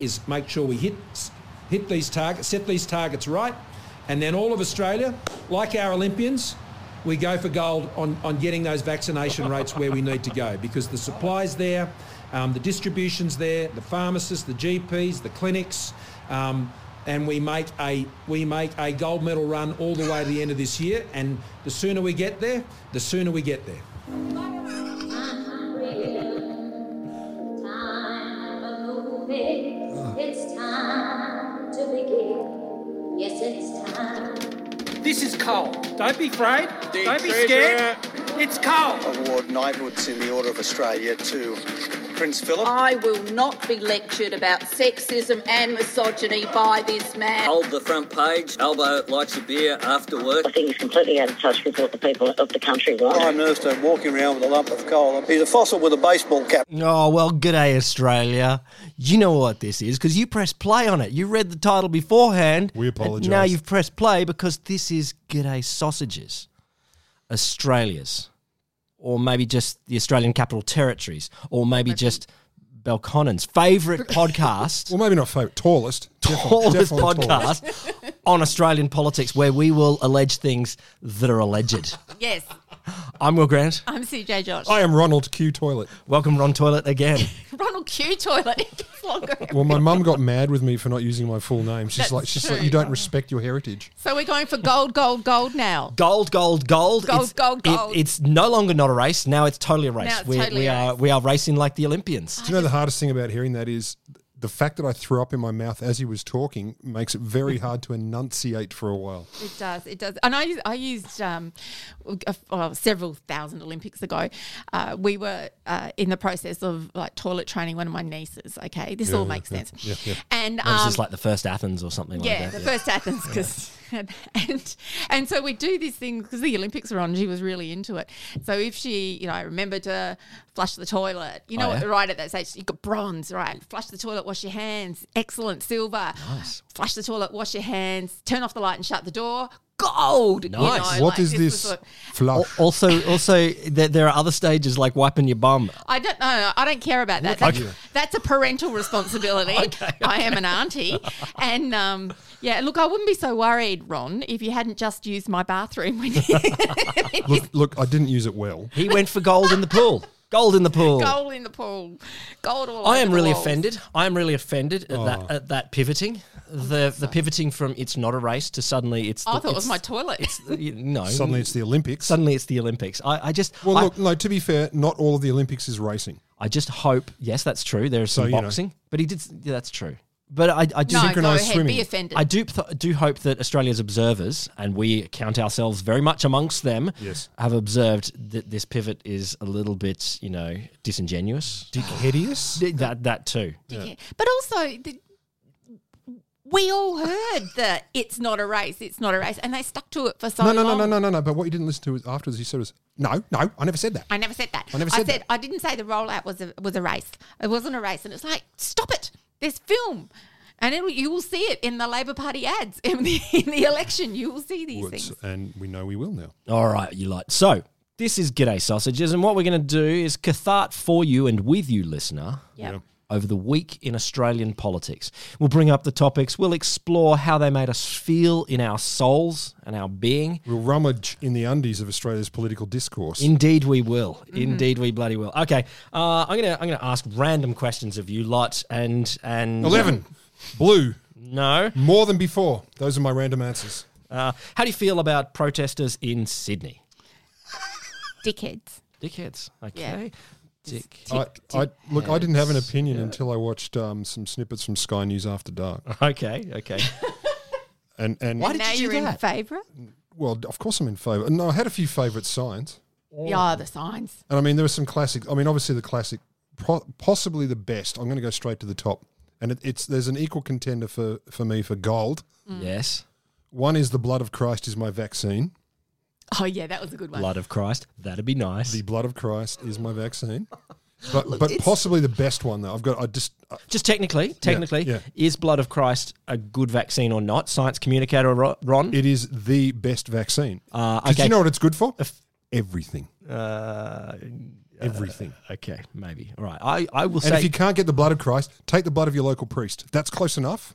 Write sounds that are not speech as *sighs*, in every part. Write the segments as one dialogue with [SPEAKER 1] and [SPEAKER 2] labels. [SPEAKER 1] is make sure we hit hit these targets, set these targets right, and then all of Australia, like our Olympians, we go for gold on, on getting those vaccination rates where we need to go because the supply's there, um, the distribution's there, the pharmacists, the GPs, the clinics, um, and we make a we make a gold medal run all the way to the end of this year. And the sooner we get there, the sooner we get there.
[SPEAKER 2] This is coal. Don't be afraid. Don't be scared. It's coal.
[SPEAKER 3] Award knighthoods in the Order of Australia to Prince Philip.
[SPEAKER 4] I will not be lectured about sexism and misogyny by this man.
[SPEAKER 5] Hold the front page. Elbow likes a beer after work.
[SPEAKER 6] I think he's completely out of touch with what the people of the country want.
[SPEAKER 3] Prime Minister walking around with a lump of coal. He's a fossil with a baseball cap.
[SPEAKER 7] Oh, well, good day, Australia. You know what this is because you pressed play on it. You read the title beforehand.
[SPEAKER 8] We
[SPEAKER 7] and
[SPEAKER 8] apologise.
[SPEAKER 7] Now you've pressed play because this is G'day Sausages, Australia's, or maybe just the Australian Capital Territories, or maybe just Belconnen's favourite podcast.
[SPEAKER 8] Well, maybe not favorite. Tallest. Definitely-
[SPEAKER 7] tallest
[SPEAKER 8] definitely tallest.
[SPEAKER 7] podcast on Australian politics where we will allege things that are alleged.
[SPEAKER 9] Yes,
[SPEAKER 7] I'm Will Grant.
[SPEAKER 9] I'm CJ Josh.
[SPEAKER 8] I am Ronald Q Toilet.
[SPEAKER 7] Welcome, Ron Toilet, again.
[SPEAKER 9] Ronald Q toilet. *laughs* It gets longer.
[SPEAKER 8] Well, my mum got mad with me for not using my full name. She's
[SPEAKER 9] That's
[SPEAKER 8] like, she's
[SPEAKER 9] true.
[SPEAKER 8] like, you don't respect your heritage.
[SPEAKER 9] So we're going for gold, gold, gold now.
[SPEAKER 7] Gold, gold, gold.
[SPEAKER 9] Gold,
[SPEAKER 7] it's,
[SPEAKER 9] gold,
[SPEAKER 7] it-
[SPEAKER 9] gold.
[SPEAKER 7] it's no longer not a race. Now it's totally a race.
[SPEAKER 9] Now it's
[SPEAKER 7] We're-
[SPEAKER 9] totally
[SPEAKER 7] we
[SPEAKER 9] a
[SPEAKER 7] are
[SPEAKER 9] race.
[SPEAKER 7] we are racing like the Olympians.
[SPEAKER 8] Do you know the hardest thing about hearing that is the fact that I threw up in my mouth as he was talking makes
[SPEAKER 9] *laughs*
[SPEAKER 8] it very hard to enunciate for a while.
[SPEAKER 9] It does. It does. And I used, I used um, a- well, several thousand Olympics ago. Uh, we were uh, in the process of like toilet training one of my nieces. Okay, this all makes sense. And
[SPEAKER 7] This
[SPEAKER 9] um,
[SPEAKER 7] is like the first Athens or something
[SPEAKER 9] yeah,
[SPEAKER 7] like that.
[SPEAKER 9] the first Athens, because *laughs* and and so we do these things because the Olympics are on. She was really into it. So if she, you know, I remember to flush the toilet. You
[SPEAKER 7] Oh,
[SPEAKER 9] know,
[SPEAKER 7] yeah?
[SPEAKER 9] right at that stage, you got bronze, right? Flush the toilet, wash your hands. Excellent, silver. Nice. Flush the toilet, wash your hands. Turn off the light and shut the door. Gold.
[SPEAKER 7] Nice.
[SPEAKER 9] You
[SPEAKER 7] I
[SPEAKER 9] know,
[SPEAKER 8] What
[SPEAKER 9] like,
[SPEAKER 8] is
[SPEAKER 9] was
[SPEAKER 8] this
[SPEAKER 9] what-
[SPEAKER 7] Al-
[SPEAKER 8] flush?
[SPEAKER 7] Also, also, there, there are other stages like wiping your bum.
[SPEAKER 9] I don't know. I don't care about that.
[SPEAKER 7] Look at
[SPEAKER 9] That's,
[SPEAKER 7] you.
[SPEAKER 9] that's a parental
[SPEAKER 7] *laughs*
[SPEAKER 9] responsibility. I am an auntie, and um, yeah. Look, I wouldn't be so worried, Ron, if you hadn't just used my bathroom when *laughs* you
[SPEAKER 8] Look, look, I didn't use it well.
[SPEAKER 7] He went for gold in the pool. Gold in the pool.
[SPEAKER 9] gold in the pool, gold all.
[SPEAKER 7] I
[SPEAKER 9] over
[SPEAKER 7] am
[SPEAKER 9] the
[SPEAKER 7] really
[SPEAKER 9] walls.
[SPEAKER 7] offended. I am really offended at
[SPEAKER 8] Oh.
[SPEAKER 7] that at that pivoting. The the pivoting from it's not a race to suddenly it's.
[SPEAKER 9] Oh, I
[SPEAKER 7] the-
[SPEAKER 9] thought it was
[SPEAKER 7] it's-
[SPEAKER 9] my toilet. *laughs*
[SPEAKER 7] you- no.
[SPEAKER 8] Suddenly it's the Olympics.
[SPEAKER 7] suddenly it's the Olympics. I, I just
[SPEAKER 8] well,
[SPEAKER 7] I,
[SPEAKER 8] look, no, to be fair, not all of the Olympics is racing.
[SPEAKER 7] I just hope. Yes, that's true. There is some
[SPEAKER 8] you know.
[SPEAKER 7] boxing, but he did. s- Yeah, that's true. But I, I do.
[SPEAKER 9] No, go
[SPEAKER 8] Synchronised
[SPEAKER 9] ahead.
[SPEAKER 8] swimming.
[SPEAKER 9] Be offended.
[SPEAKER 7] I do th- do hope that Australia's observers, and we count ourselves very much amongst them,
[SPEAKER 8] Yes.
[SPEAKER 7] have observed that this pivot is a little bit, you know, disingenuous.
[SPEAKER 8] Hideous?
[SPEAKER 7] That that too.
[SPEAKER 9] Yeah. But also, the, we all heard that it's not a race. It's not a race, and they stuck to it for so
[SPEAKER 8] No,
[SPEAKER 9] long.
[SPEAKER 8] no, no, no, no, no, no. But what you didn't listen to was afterwards, he said was, no, no, I never said that.
[SPEAKER 9] I never said that.
[SPEAKER 8] I never said that.
[SPEAKER 9] I didn't say the rollout was a was a race. It wasn't a race, and it's like stop it. There's film, and it, you will see it in the Labor Party ads *laughs* in the, in the election. You will see these
[SPEAKER 8] Woods,
[SPEAKER 9] things.
[SPEAKER 8] and we know we will now.
[SPEAKER 7] All right, you lot. So this is G'day Sausages, and what we're going to do is cathart for you and with you, listener.
[SPEAKER 9] Yeah.
[SPEAKER 7] over the week in Australian politics. We'll bring up the topics, we'll explore how they made us feel in our souls and our being.
[SPEAKER 8] We'll rummage in the undies of Australia's political discourse.
[SPEAKER 7] Indeed, we will.
[SPEAKER 8] Mm-hmm.
[SPEAKER 7] Indeed, we bloody will. Okay, uh, I'm gonna I'm gonna ask random questions of you lot, and and
[SPEAKER 8] 11. Blue.
[SPEAKER 7] No,
[SPEAKER 8] More than before. Those are my random answers.
[SPEAKER 7] uh, how do you feel about protesters in Sydney?
[SPEAKER 9] Dickheads.
[SPEAKER 7] Dickheads. Okay, dick.
[SPEAKER 8] I, I, look, I didn't have an opinion until I watched um, some snippets from Sky News After Dark.
[SPEAKER 7] *laughs* Okay,
[SPEAKER 8] *laughs*
[SPEAKER 7] okay.
[SPEAKER 8] And, and
[SPEAKER 7] Why did
[SPEAKER 9] now
[SPEAKER 7] you do
[SPEAKER 9] you're in
[SPEAKER 7] that?
[SPEAKER 9] favour.
[SPEAKER 8] well, of course I'm in favour. No, I had a few favourite signs.
[SPEAKER 9] Yeah, the signs.
[SPEAKER 8] And I mean, there were some classics. I mean, obviously the classic, pro- possibly the best. I'm going to go straight to the top. And it, it's there's an equal contender for, for me for gold.
[SPEAKER 7] Yes,
[SPEAKER 8] One is the blood of Christ is my vaccine.
[SPEAKER 9] Oh yeah, that was a good one.
[SPEAKER 7] blood of Christ. That'd be nice.
[SPEAKER 8] The blood of Christ is my vaccine. But but possibly the best one though. I've got I just
[SPEAKER 7] Just technically, technically,
[SPEAKER 8] yeah.
[SPEAKER 7] is blood of Christ a good vaccine or not? Science communicator Ro- Ron.
[SPEAKER 8] it is the best vaccine.
[SPEAKER 7] Uh,
[SPEAKER 8] Because
[SPEAKER 7] okay.
[SPEAKER 8] you know what it's good for? Everything.
[SPEAKER 7] Uh,
[SPEAKER 8] Everything.
[SPEAKER 7] Okay, maybe. All right. I, I will
[SPEAKER 8] and
[SPEAKER 7] say
[SPEAKER 8] if you can't get the blood of Christ, take the blood of your local priest. If that's close enough,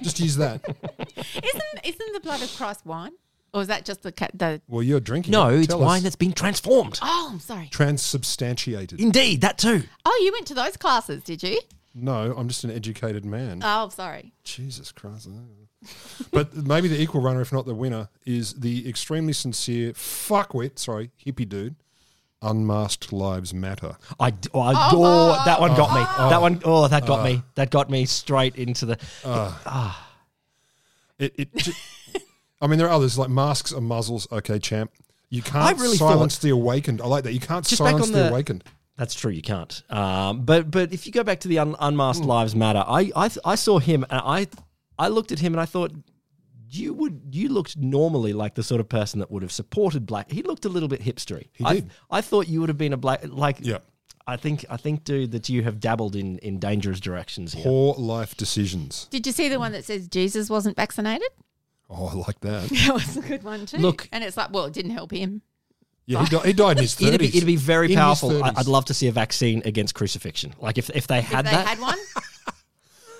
[SPEAKER 8] just use that.
[SPEAKER 9] Isn't isn't the blood of Christ wine, or is that just the ca- the?
[SPEAKER 8] Well, you're drinking.
[SPEAKER 7] no,
[SPEAKER 8] it.
[SPEAKER 7] it's
[SPEAKER 8] Tell
[SPEAKER 7] wine
[SPEAKER 8] us.
[SPEAKER 7] that's been transformed.
[SPEAKER 9] Oh, I'm sorry.
[SPEAKER 8] transubstantiated.
[SPEAKER 7] Indeed, that too.
[SPEAKER 9] Oh, you went to those classes, did you?
[SPEAKER 8] No, I'm just an educated man.
[SPEAKER 9] Oh, sorry.
[SPEAKER 8] Jesus Christ. I don't know. but maybe the equal runner, if not the winner, is the extremely sincere fuckwit, sorry, hippie dude. Unmasked lives matter.
[SPEAKER 7] I d- oh, I- oh, that one got me. that one oh that got me. That got me straight into the
[SPEAKER 8] Oh.
[SPEAKER 7] ah.
[SPEAKER 8] It, it ju- I mean, there are others like masks and muzzles. Okay, champ. You can't
[SPEAKER 7] really
[SPEAKER 8] silence
[SPEAKER 7] thought-
[SPEAKER 8] the awakened. I like that. You can't
[SPEAKER 7] Just back
[SPEAKER 8] silence
[SPEAKER 7] on
[SPEAKER 8] the,
[SPEAKER 7] the-
[SPEAKER 8] awakened.
[SPEAKER 7] That's true. You can't. Um, but but if you go back to the un, unmasked
[SPEAKER 8] Hmm.
[SPEAKER 7] lives matter, I, I I saw him and I I looked at him and I thought you would you looked normally like the sort of person that would have supported black. He looked a little bit hipstery.
[SPEAKER 8] He
[SPEAKER 7] I,
[SPEAKER 8] did.
[SPEAKER 7] I thought you would have been a black like.
[SPEAKER 8] Yeah.
[SPEAKER 7] I think I think dude that you have dabbled in in dangerous directions here.
[SPEAKER 8] Poor life decisions.
[SPEAKER 9] Did you see the one that says Jesus wasn't vaccinated?
[SPEAKER 8] Oh, I like
[SPEAKER 9] *laughs*
[SPEAKER 8] that.
[SPEAKER 9] That was a good one too.
[SPEAKER 7] Look-
[SPEAKER 9] and it's like, well, it didn't help him.
[SPEAKER 8] Yeah, he, di- he died in his 30s.
[SPEAKER 7] It'd be, it'd be very
[SPEAKER 8] In his
[SPEAKER 7] powerful. I,
[SPEAKER 8] 30s.
[SPEAKER 7] I'd love to see a vaccine against crucifixion. Like if, if they
[SPEAKER 9] If
[SPEAKER 7] had
[SPEAKER 9] they
[SPEAKER 7] that,
[SPEAKER 9] had
[SPEAKER 8] *laughs*
[SPEAKER 9] one.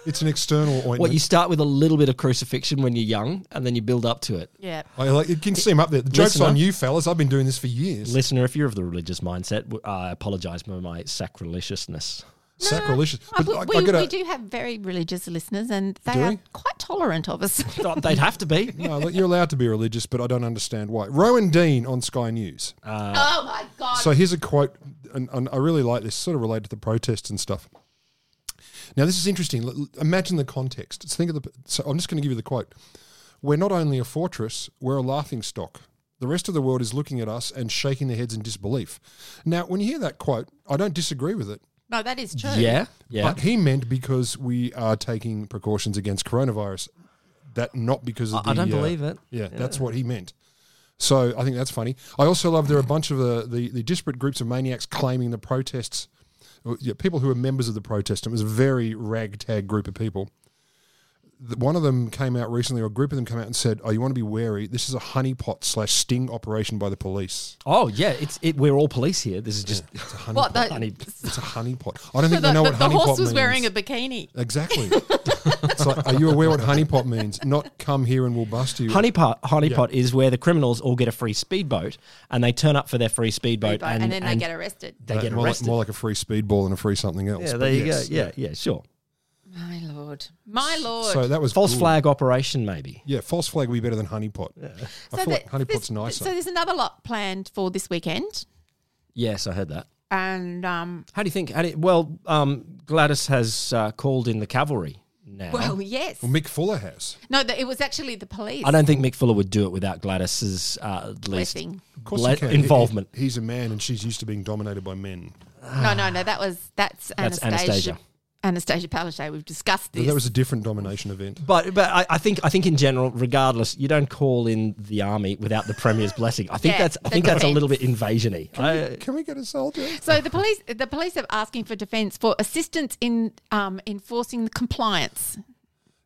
[SPEAKER 8] It's an external ointment.
[SPEAKER 7] what you start with a little bit of crucifixion when you're young, and then you build up to it.
[SPEAKER 9] Yeah.
[SPEAKER 8] I Oh, like, it can seem up there. The joke's
[SPEAKER 7] Listener.
[SPEAKER 8] on you, fellas. I've been doing this for years.
[SPEAKER 7] Listener, if you're of the religious mindset, w- I apologize for my sacrilegiousness.
[SPEAKER 8] Sacrilegious.
[SPEAKER 9] Uh,
[SPEAKER 8] But I,
[SPEAKER 9] we,
[SPEAKER 8] I gotta,
[SPEAKER 9] we do have very religious listeners, and they
[SPEAKER 8] Do
[SPEAKER 9] are
[SPEAKER 8] we?
[SPEAKER 9] quite tolerant of us. *laughs*
[SPEAKER 7] Thought They'd have to be.
[SPEAKER 8] *laughs* No, look, you're allowed to be religious, but I don't understand why. Rowan Dean on Sky News.
[SPEAKER 9] oh my god!
[SPEAKER 8] Uh, So here's a quote, and, and I really like this, sort of related to the protests and stuff. Now, this is interesting. L- l- Imagine the context. Let's think of the. So I'm just going to give you the quote. We're not only a fortress, we're a laughing stock. The rest of the world is looking at us and shaking their heads in disbelief. Now, when you hear that quote, I don't disagree with it.
[SPEAKER 9] no, that is true.
[SPEAKER 7] Yeah, yeah.
[SPEAKER 8] But he meant because we are taking precautions against coronavirus, that not because of
[SPEAKER 7] I- I
[SPEAKER 8] the, uh,
[SPEAKER 7] don't believe it.
[SPEAKER 8] Yeah, that's what he meant. So I think that's funny. I also love there are a bunch of the, the, the disparate groups of maniacs claiming the protests, well, yeah, people who are members of the protest. It was a very ragtag group of people. The- One of them came out recently, or a group of them came out and said, "Oh, you want to be wary? This is a honeypot slash sting operation by the police.
[SPEAKER 7] Oh yeah, it's it. We're all police here. This is just
[SPEAKER 8] It's a honeypot.
[SPEAKER 9] What the?
[SPEAKER 7] I need-
[SPEAKER 8] It's a honeypot. I
[SPEAKER 9] so
[SPEAKER 8] don't think they
[SPEAKER 9] the,
[SPEAKER 8] know
[SPEAKER 9] the,
[SPEAKER 8] what
[SPEAKER 9] the
[SPEAKER 8] honeypot
[SPEAKER 9] horse was
[SPEAKER 8] means.
[SPEAKER 9] wearing a bikini.
[SPEAKER 8] Exactly. *laughs* it's like, are you aware what honeypot means? Not come here and we'll bust you.
[SPEAKER 7] honeypot. Honeypot is where the criminals all get a free speedboat, and they turn up for their free speedboat,
[SPEAKER 9] and, then they get arrested.
[SPEAKER 7] they get
[SPEAKER 8] more, like-
[SPEAKER 7] arrested.
[SPEAKER 8] more like a free speedball and a free something else.
[SPEAKER 7] yeah,
[SPEAKER 8] but
[SPEAKER 7] there you
[SPEAKER 8] yes.
[SPEAKER 7] go. Yeah, yeah, sure.
[SPEAKER 9] My lord, my lord.
[SPEAKER 8] So that was
[SPEAKER 7] False
[SPEAKER 8] good.
[SPEAKER 7] flag operation, maybe.
[SPEAKER 8] Yeah, false flag would be better than honeypot. I feel like
[SPEAKER 9] that-
[SPEAKER 8] honeypot's
[SPEAKER 9] this-
[SPEAKER 8] nicer.
[SPEAKER 9] So there's another lot planned for this weekend,
[SPEAKER 7] Yes, I heard that.
[SPEAKER 9] and um,
[SPEAKER 7] How do you think? How do you- well, um, Gladys has uh, called in the cavalry now.
[SPEAKER 9] well, yes,
[SPEAKER 8] well, Mick Fuller has.
[SPEAKER 9] no, the, it was actually the police.
[SPEAKER 7] I don't think Mick Fuller would do it without Gladys's uh, at least
[SPEAKER 9] Blessing.
[SPEAKER 8] Of course
[SPEAKER 7] ble-
[SPEAKER 8] he can. He-
[SPEAKER 7] involvement.
[SPEAKER 8] he- he's a man and she's used to being dominated by men.
[SPEAKER 9] no, no, no. That was that's,
[SPEAKER 7] That's
[SPEAKER 9] Anastasia. Anastasia Palaszczuk. We've discussed
[SPEAKER 8] But
[SPEAKER 9] this.
[SPEAKER 8] That was a different domination event.
[SPEAKER 7] But but I, I think I think in general, regardless, you don't call in the army without the premier's *laughs* blessing. I think
[SPEAKER 9] Yeah,
[SPEAKER 7] that's I
[SPEAKER 9] that
[SPEAKER 7] think that's a
[SPEAKER 9] depends.
[SPEAKER 7] little bit invasiony. I,
[SPEAKER 8] Can we get a soldier?
[SPEAKER 9] so the police, the police are asking for defence for assistance in um, enforcing the compliance.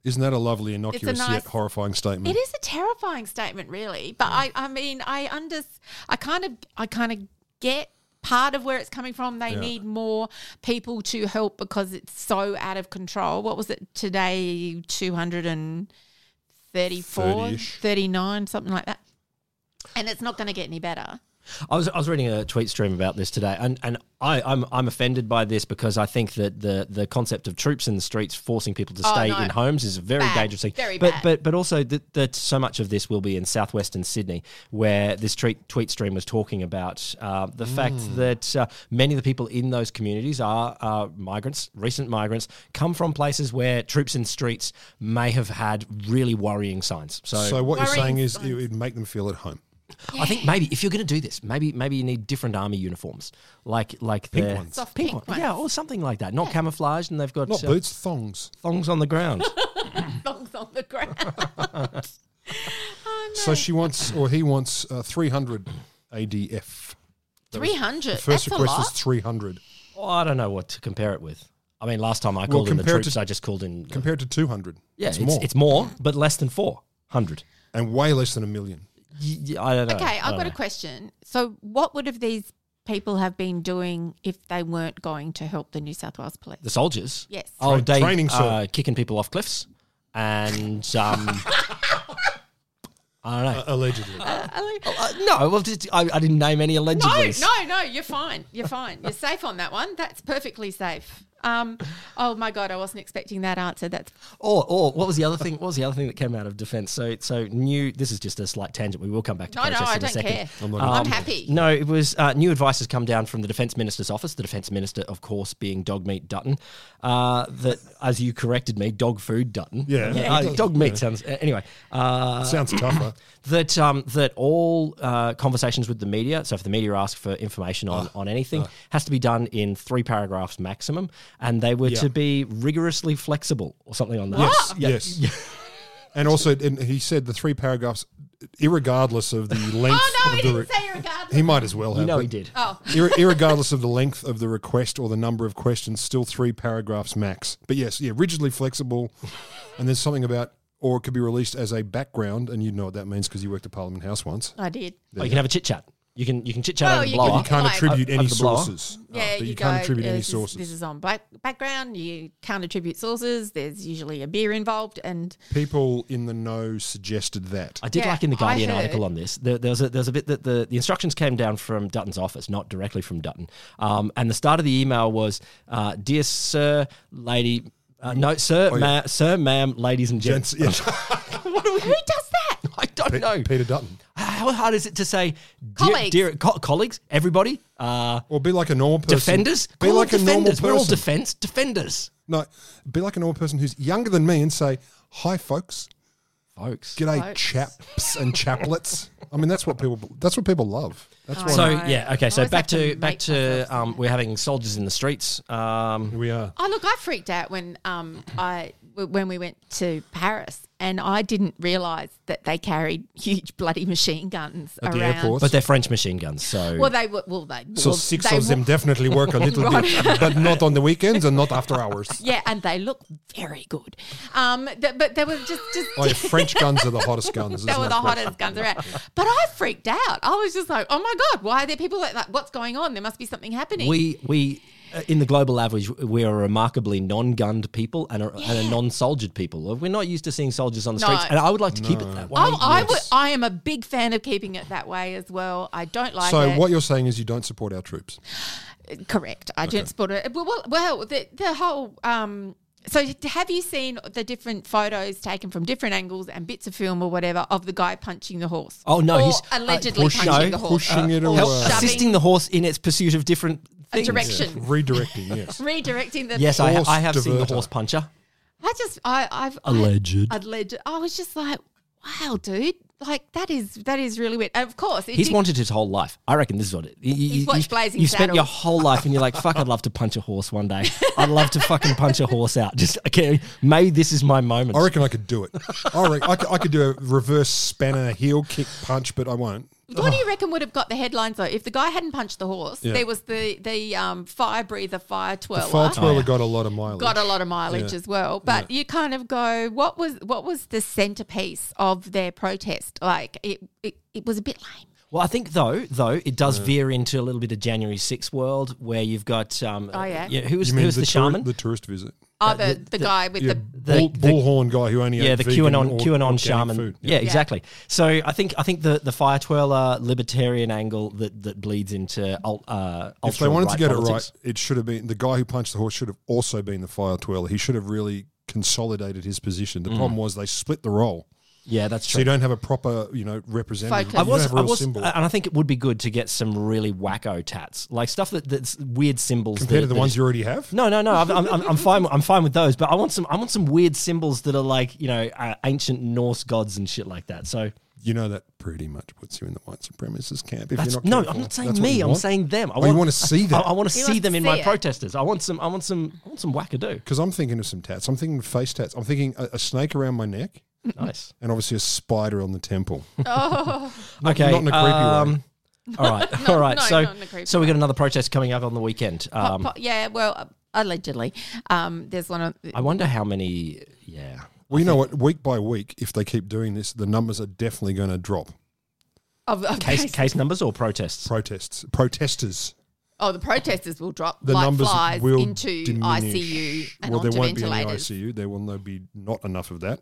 [SPEAKER 8] Isn't that a lovely, innocuous
[SPEAKER 9] nice-
[SPEAKER 8] yet horrifying statement?
[SPEAKER 9] It is a terrifying statement, really. But I, I mean, I under, I kind of, I kind of get part of where it's coming from. They need more people to help because it's so out of control. What was it today? Two hundred and thirty-four,
[SPEAKER 8] 30-ish.
[SPEAKER 9] thirty-nine, something like that. And it's not going to get any better.
[SPEAKER 7] I was I was reading a tweet stream about this today, and and I I'm I'm offended by this because I think that the the concept of troops in the streets forcing people to
[SPEAKER 9] Oh,
[SPEAKER 7] stay
[SPEAKER 9] no.
[SPEAKER 7] in homes is a very
[SPEAKER 9] Bad.
[SPEAKER 7] dangerous thing.
[SPEAKER 9] Very
[SPEAKER 7] but
[SPEAKER 9] bad.
[SPEAKER 7] but but also that, that so much of this will be in southwestern Sydney, where this tweet tweet stream was talking about uh, the fact that uh, many of the people in those communities are uh, migrants, recent migrants, come from places where troops in streets may have had really worrying signs.
[SPEAKER 8] so what you're
[SPEAKER 9] Worrying
[SPEAKER 8] saying is it
[SPEAKER 9] signs.
[SPEAKER 8] would make them feel at home.
[SPEAKER 7] I think maybe if you're going to do this, maybe maybe you need different army uniforms, like like pink the
[SPEAKER 8] ones.
[SPEAKER 9] Soft pink
[SPEAKER 7] one- yeah,
[SPEAKER 9] ones.
[SPEAKER 7] or something like that. Not camouflaged, and they've got
[SPEAKER 8] Not
[SPEAKER 7] uh,
[SPEAKER 8] boots, thongs.
[SPEAKER 7] thongs on the *laughs* ground.
[SPEAKER 9] *laughs* Thongs on the ground.
[SPEAKER 8] *laughs*
[SPEAKER 9] Oh,
[SPEAKER 8] So she wants, or he wants, uh, 300 ADF.
[SPEAKER 9] Three hundred.
[SPEAKER 8] First
[SPEAKER 9] That's a
[SPEAKER 8] request was
[SPEAKER 9] lot.
[SPEAKER 8] 300.
[SPEAKER 7] oh, I don't know what to compare it with. I mean, last time I called in the
[SPEAKER 8] compared
[SPEAKER 7] troops,
[SPEAKER 8] to-
[SPEAKER 7] I just called in. the-
[SPEAKER 8] compared to 200.
[SPEAKER 7] yeah,
[SPEAKER 8] it's, more
[SPEAKER 7] it's more, but less than four hundred.
[SPEAKER 8] and way less than a million.
[SPEAKER 7] Y- y- I don't know.
[SPEAKER 9] Okay,
[SPEAKER 7] I
[SPEAKER 9] I've
[SPEAKER 8] Oh,
[SPEAKER 7] don't
[SPEAKER 9] got a
[SPEAKER 7] know.
[SPEAKER 9] question. So, what would have these people have been doing if they weren't going to help the New South Wales police.
[SPEAKER 7] The soldiers.
[SPEAKER 9] Yes.
[SPEAKER 7] Oh, they
[SPEAKER 8] training
[SPEAKER 7] uh, kicking people off cliffs, and
[SPEAKER 8] *laughs*
[SPEAKER 7] um, I don't know.
[SPEAKER 8] allegedly. Oh,
[SPEAKER 7] Uh, no, well, did- I, I didn't name any
[SPEAKER 9] No,
[SPEAKER 7] allegedly.
[SPEAKER 9] no, no. You're fine. You're fine. You're safe on that one. That's perfectly safe. Um, oh my god, I wasn't expecting that answer. That's
[SPEAKER 7] Or, or what was the other thing? What was the other thing that came out of defence? So, so new. This is just a slight tangent. We will come back to
[SPEAKER 9] no, no.
[SPEAKER 7] protests
[SPEAKER 9] I
[SPEAKER 7] in a
[SPEAKER 9] don't
[SPEAKER 7] second. Um,
[SPEAKER 9] care.
[SPEAKER 8] I'm
[SPEAKER 9] I'm,
[SPEAKER 8] not-
[SPEAKER 9] happy.
[SPEAKER 7] No, it was uh, new advice has come down from the Defence Minister's office. The Defence Minister, of course, being dog meat Dutton. Uh, that, as you corrected me, dog food Dutton.
[SPEAKER 8] Yeah.
[SPEAKER 7] Uh, dog meat sounds. uh, Anyway, uh,
[SPEAKER 8] Sounds tougher.
[SPEAKER 7] that um, that all uh, conversations with the media, so if the media ask for information on,
[SPEAKER 8] Ah.
[SPEAKER 7] on anything, has to be done in three paragraphs maximum, and they were
[SPEAKER 8] Yeah.
[SPEAKER 7] to be rigorously flexible or something on that.
[SPEAKER 8] Yes, yes. And also, and he said the three paragraphs, irregardless of the length.
[SPEAKER 9] Oh no,
[SPEAKER 8] of
[SPEAKER 9] I
[SPEAKER 8] the
[SPEAKER 9] didn't
[SPEAKER 8] re-
[SPEAKER 9] say irregardless.
[SPEAKER 8] He might as well have.
[SPEAKER 7] You know
[SPEAKER 8] but
[SPEAKER 7] he did.
[SPEAKER 9] Oh.
[SPEAKER 8] ir- irregardless of the length of the request or the number of questions, still three paragraphs max. But yes, yeah, rigidly flexible. And there's something about, or it could be released as a background, and you know what that means because you worked at Parliament House once.
[SPEAKER 9] I did.
[SPEAKER 7] Oh, you can have a chit chat. You can you can chit chat
[SPEAKER 9] Well,
[SPEAKER 7] over the
[SPEAKER 9] Oh, you can-
[SPEAKER 7] blower.
[SPEAKER 8] You can't
[SPEAKER 9] Like-
[SPEAKER 8] attribute
[SPEAKER 7] Of-
[SPEAKER 8] any
[SPEAKER 7] of the blower?
[SPEAKER 8] sources.
[SPEAKER 9] Yeah,
[SPEAKER 8] but
[SPEAKER 9] you,
[SPEAKER 8] you, can't
[SPEAKER 9] go,
[SPEAKER 8] attribute
[SPEAKER 9] uh,
[SPEAKER 8] any
[SPEAKER 9] this is-
[SPEAKER 8] sources.
[SPEAKER 9] This is on back, background. You can't attribute sources. There's usually a beer involved,
[SPEAKER 8] *laughs*
[SPEAKER 9] and
[SPEAKER 8] People in the know suggested that.
[SPEAKER 7] I did
[SPEAKER 9] Yeah,
[SPEAKER 7] like in the
[SPEAKER 9] I
[SPEAKER 7] Guardian
[SPEAKER 9] heard.
[SPEAKER 7] article on this. There, there was a, there was a bit that the, the instructions came down from Dutton's office, not directly from Dutton. Um, and the start of the email was, uh, "Dear sir, lady, uh, no sir, ma- sir, ma'am, ladies and gents."
[SPEAKER 8] Oh, Gents, yes.
[SPEAKER 7] *laughs* what are we?
[SPEAKER 9] who does that?
[SPEAKER 7] *laughs* I don't know.
[SPEAKER 8] Peter Dutton.
[SPEAKER 7] How hard is it to say, dear,
[SPEAKER 9] Colleagues.
[SPEAKER 7] dear co- colleagues, everybody, uh,
[SPEAKER 8] Or be like a normal person.
[SPEAKER 7] defenders?
[SPEAKER 8] Be
[SPEAKER 7] Call
[SPEAKER 8] like
[SPEAKER 7] them
[SPEAKER 8] a normal
[SPEAKER 7] defenders.
[SPEAKER 8] person.
[SPEAKER 7] We're all defense defenders,
[SPEAKER 8] no, be like a normal person who's younger than me and say, "Hi, folks.
[SPEAKER 7] folks.
[SPEAKER 8] G'day,
[SPEAKER 9] Folks.
[SPEAKER 8] chaps and chaplets." I mean, that's what people. That's what people love. That's why
[SPEAKER 7] So
[SPEAKER 9] know.
[SPEAKER 7] yeah, okay. So
[SPEAKER 9] Always
[SPEAKER 7] back
[SPEAKER 9] have to
[SPEAKER 7] to back
[SPEAKER 9] make myself
[SPEAKER 7] to um, we're having soldiers in the streets. Um,
[SPEAKER 8] we are.
[SPEAKER 9] Oh look, I freaked out when um I w- when we went to Paris, and I didn't realise that they carried *laughs* huge bloody machine guns
[SPEAKER 8] At
[SPEAKER 9] around.
[SPEAKER 8] the airport?
[SPEAKER 7] but they're French machine guns, so
[SPEAKER 9] Well, they were. Well, they
[SPEAKER 8] So
[SPEAKER 9] well,
[SPEAKER 8] six
[SPEAKER 9] they
[SPEAKER 8] of them
[SPEAKER 9] were-
[SPEAKER 8] definitely work a little
[SPEAKER 9] *laughs*
[SPEAKER 8] bit, but not on the weekends and not after hours.
[SPEAKER 9] Yeah, and they look very good. Um, th- but they were just just. *laughs*
[SPEAKER 8] Oh, yeah, French guns are the hottest guns.
[SPEAKER 9] They
[SPEAKER 8] isn't
[SPEAKER 9] were
[SPEAKER 8] it?
[SPEAKER 9] the hottest guns around. But I freaked out. I was just like, oh my God, why are there people like, like what's going on? There must be something happening.
[SPEAKER 7] we we uh, in the global average we are a remarkably non-gunned people and a, and a non-soldiered people. We're not used to seeing soldiers on the
[SPEAKER 9] No.
[SPEAKER 7] streets, and I would like to keep it that way.
[SPEAKER 9] Oh, I, would, I am a big fan of keeping it that way as well. I don't like
[SPEAKER 8] So
[SPEAKER 9] it.
[SPEAKER 8] what you're saying is you don't support our troops.
[SPEAKER 9] Correct. I don't support it. Well, well, well the, the whole. Um, so have you seen the different photos taken from different angles and bits of film or whatever of the guy punching the horse?
[SPEAKER 7] Oh, no,
[SPEAKER 9] Or
[SPEAKER 7] he's, uh,
[SPEAKER 9] allegedly
[SPEAKER 7] pushing-
[SPEAKER 9] punching
[SPEAKER 7] no,
[SPEAKER 9] the horse,
[SPEAKER 8] pushing it
[SPEAKER 9] or
[SPEAKER 8] away.
[SPEAKER 7] Help-
[SPEAKER 9] shoving
[SPEAKER 7] assisting the horse in its pursuit of different
[SPEAKER 9] a
[SPEAKER 7] things.
[SPEAKER 9] direction,
[SPEAKER 8] Redirecting, yes.
[SPEAKER 9] redirecting the.
[SPEAKER 7] Yes, I,
[SPEAKER 8] Horse
[SPEAKER 7] I have seen the
[SPEAKER 8] diverter.
[SPEAKER 7] horse puncher.
[SPEAKER 9] I just I I've I-
[SPEAKER 7] Alleged.
[SPEAKER 9] alleged. I was just like, wow, dude, like that is that is really weird. And of course, it
[SPEAKER 7] He's
[SPEAKER 9] did-
[SPEAKER 7] wanted his whole life. I reckon this is what it. You, you-
[SPEAKER 9] He's watched
[SPEAKER 7] you've-
[SPEAKER 9] Blazing
[SPEAKER 7] You've spent
[SPEAKER 9] Saddles.
[SPEAKER 7] your whole life, and you're like, "Fuck, I'd love to punch a horse one day. I'd love to fucking punch a horse out. Just okay, maybe this is my moment."
[SPEAKER 8] I reckon I could do it. I reckon I could, I could do a reverse spanner heel kick punch, but I won't.
[SPEAKER 9] What do you reckon would have got the headlines though? If the guy hadn't punched the horse,
[SPEAKER 8] Oh. Yeah.
[SPEAKER 9] there was the the um, fire breather, fire twirler.
[SPEAKER 8] Fire twirler
[SPEAKER 7] Oh, yeah.
[SPEAKER 8] got a lot of mileage.
[SPEAKER 9] got a lot of mileage
[SPEAKER 8] Yeah.
[SPEAKER 9] as well. But you kind of go, what was what was the centerpiece of their protest? Like it it, it was a bit lame.
[SPEAKER 7] Well, I think though, though it does veer into a little bit of January 6th world, where you've got um,
[SPEAKER 9] Oh, yeah.
[SPEAKER 7] who was
[SPEAKER 8] You
[SPEAKER 7] who
[SPEAKER 8] mean
[SPEAKER 7] was
[SPEAKER 8] the,
[SPEAKER 7] the,
[SPEAKER 8] tour-
[SPEAKER 7] shaman?
[SPEAKER 8] the tourist visit?
[SPEAKER 9] Oh, the, the, guy with
[SPEAKER 8] Uh, Yeah,
[SPEAKER 9] the
[SPEAKER 8] bull,
[SPEAKER 7] the-
[SPEAKER 8] bullhorn guy who only
[SPEAKER 7] yeah,
[SPEAKER 8] ate
[SPEAKER 7] the
[SPEAKER 8] vegan
[SPEAKER 7] QAnon
[SPEAKER 8] or
[SPEAKER 7] QAnon
[SPEAKER 8] organic
[SPEAKER 7] shaman.
[SPEAKER 8] food.
[SPEAKER 7] Yeah, exactly. So I think I think the the fire twirler libertarian angle that that bleeds into alt, uh,
[SPEAKER 8] If they wanted to
[SPEAKER 7] ultra-right
[SPEAKER 8] get
[SPEAKER 7] politics.
[SPEAKER 8] it right, it should have been the guy who punched the horse should have also been the fire twirler. He should have really consolidated his position. The problem was they split the role,
[SPEAKER 7] yeah, that's
[SPEAKER 8] so
[SPEAKER 7] true.
[SPEAKER 8] you don't have a proper you know representative.
[SPEAKER 9] Focus.
[SPEAKER 8] You
[SPEAKER 7] I
[SPEAKER 8] don't
[SPEAKER 7] was,
[SPEAKER 8] have a
[SPEAKER 7] I
[SPEAKER 8] real
[SPEAKER 7] was, and
[SPEAKER 8] symbol
[SPEAKER 7] I think it would be good to get some really wacko tats, like stuff that, that's weird symbols
[SPEAKER 8] compared
[SPEAKER 7] that,
[SPEAKER 8] to the
[SPEAKER 7] that
[SPEAKER 8] ones
[SPEAKER 7] is-
[SPEAKER 8] you already have.
[SPEAKER 7] No, no, no. I'm, I'm, I'm- I'm fine. I'm fine with those, but I want some. I want some weird symbols that are like you know uh, ancient Norse gods and shit like that. So
[SPEAKER 8] You know that pretty much puts you in the white supremacist camp. If
[SPEAKER 7] That's,
[SPEAKER 8] you're not
[SPEAKER 7] no,
[SPEAKER 8] careful.
[SPEAKER 7] I'm not saying
[SPEAKER 8] That's what
[SPEAKER 7] me.
[SPEAKER 8] you
[SPEAKER 7] I'm
[SPEAKER 8] want.
[SPEAKER 7] saying them. I
[SPEAKER 8] Oh, you want to see
[SPEAKER 7] *laughs* I,
[SPEAKER 8] that?
[SPEAKER 7] I want to
[SPEAKER 9] He
[SPEAKER 7] see
[SPEAKER 9] wants
[SPEAKER 7] them
[SPEAKER 9] to
[SPEAKER 7] in
[SPEAKER 9] see
[SPEAKER 7] my
[SPEAKER 9] it.
[SPEAKER 7] protesters. I want some. I want some. I want some wackadoo.
[SPEAKER 8] Because I'm thinking of some tats. I'm thinking face tats. I'm thinking a, a snake around my neck
[SPEAKER 7] *laughs* Nice.
[SPEAKER 8] and obviously a spider on the temple.
[SPEAKER 7] Okay. uh,
[SPEAKER 8] not in a creepy way.
[SPEAKER 7] Um, All
[SPEAKER 9] *laughs*
[SPEAKER 7] right. all right.
[SPEAKER 9] no,
[SPEAKER 7] so
[SPEAKER 9] not in a creepy
[SPEAKER 7] so we got another protest coming up on the weekend. Um,
[SPEAKER 9] po- yeah, well, uh, allegedly, um, there's one on.
[SPEAKER 7] I wonder how many. Yeah.
[SPEAKER 8] Well, you know what? Week by week, if they keep doing this, the numbers are definitely going to drop.
[SPEAKER 9] Of, of
[SPEAKER 7] Case,
[SPEAKER 9] case-
[SPEAKER 7] case numbers or protests?
[SPEAKER 8] Protests, protesters.
[SPEAKER 9] oh, the protesters will drop
[SPEAKER 8] The
[SPEAKER 9] like
[SPEAKER 8] numbers
[SPEAKER 9] flies
[SPEAKER 8] will
[SPEAKER 9] into
[SPEAKER 8] diminish.
[SPEAKER 9] ICU and
[SPEAKER 8] well,
[SPEAKER 9] onto
[SPEAKER 8] there won't
[SPEAKER 9] ventilators.
[SPEAKER 8] be any ICU. There will *laughs* no be not enough of that,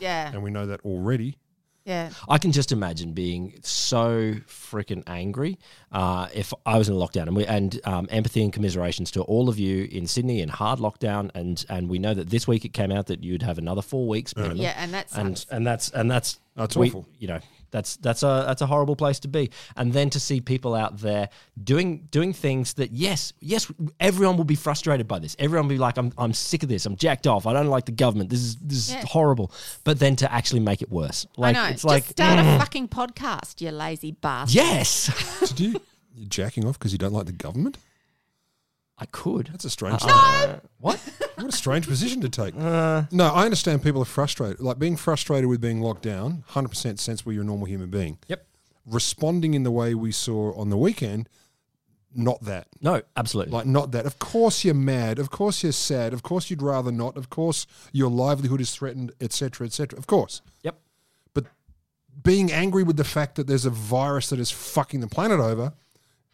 [SPEAKER 9] Yeah,
[SPEAKER 8] and we know that already.
[SPEAKER 9] yeah.
[SPEAKER 7] I can just imagine being so freaking angry uh, if I was in lockdown. And, we, and um, empathy and commiserations to all of you in Sydney in hard lockdown. And and we know that this week it came out that you'd have another four weeks. minimum.
[SPEAKER 9] Yeah, and that
[SPEAKER 7] and
[SPEAKER 9] sucks.
[SPEAKER 7] and that's and that's
[SPEAKER 8] That's awful.
[SPEAKER 7] You know, that's that's a that's a horrible place to be. And then to see people out there doing doing things that yes, yes, everyone will be frustrated by this. Everyone will be like, I'm I'm sick of this. I'm jacked off. I don't like the government. This is this
[SPEAKER 9] Yeah.
[SPEAKER 7] is horrible. But then to actually make it worse, like
[SPEAKER 9] I know.
[SPEAKER 7] it's like eh.
[SPEAKER 9] Just start a fucking podcast, you lazy bastard.
[SPEAKER 7] yes, *laughs*
[SPEAKER 8] Did you you're jacking off because you don't like the government?
[SPEAKER 7] I could.
[SPEAKER 8] That's a strange.
[SPEAKER 7] What?
[SPEAKER 8] What a strange position to take. no, I understand people are frustrated. Like being frustrated with being locked down, 100% sense where you're a normal human being.
[SPEAKER 7] Yep.
[SPEAKER 8] Responding in the way we saw on the weekend, not that.
[SPEAKER 7] No, absolutely.
[SPEAKER 8] Like, not that. Of course you're mad. Of course you're sad. Of course you'd rather not. Of course your livelihood is threatened, etc., cetera, etc. Of course.
[SPEAKER 7] yep.
[SPEAKER 8] But being angry with the fact that there's a virus that is fucking the planet over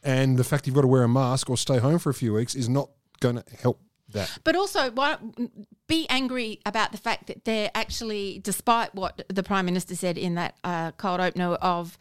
[SPEAKER 8] and the fact you've got to wear a mask or stay home for a few weeks is not going to help that.
[SPEAKER 9] But also, why be angry about the fact that they're actually, despite what the prime minister said in that uh, cold opener of,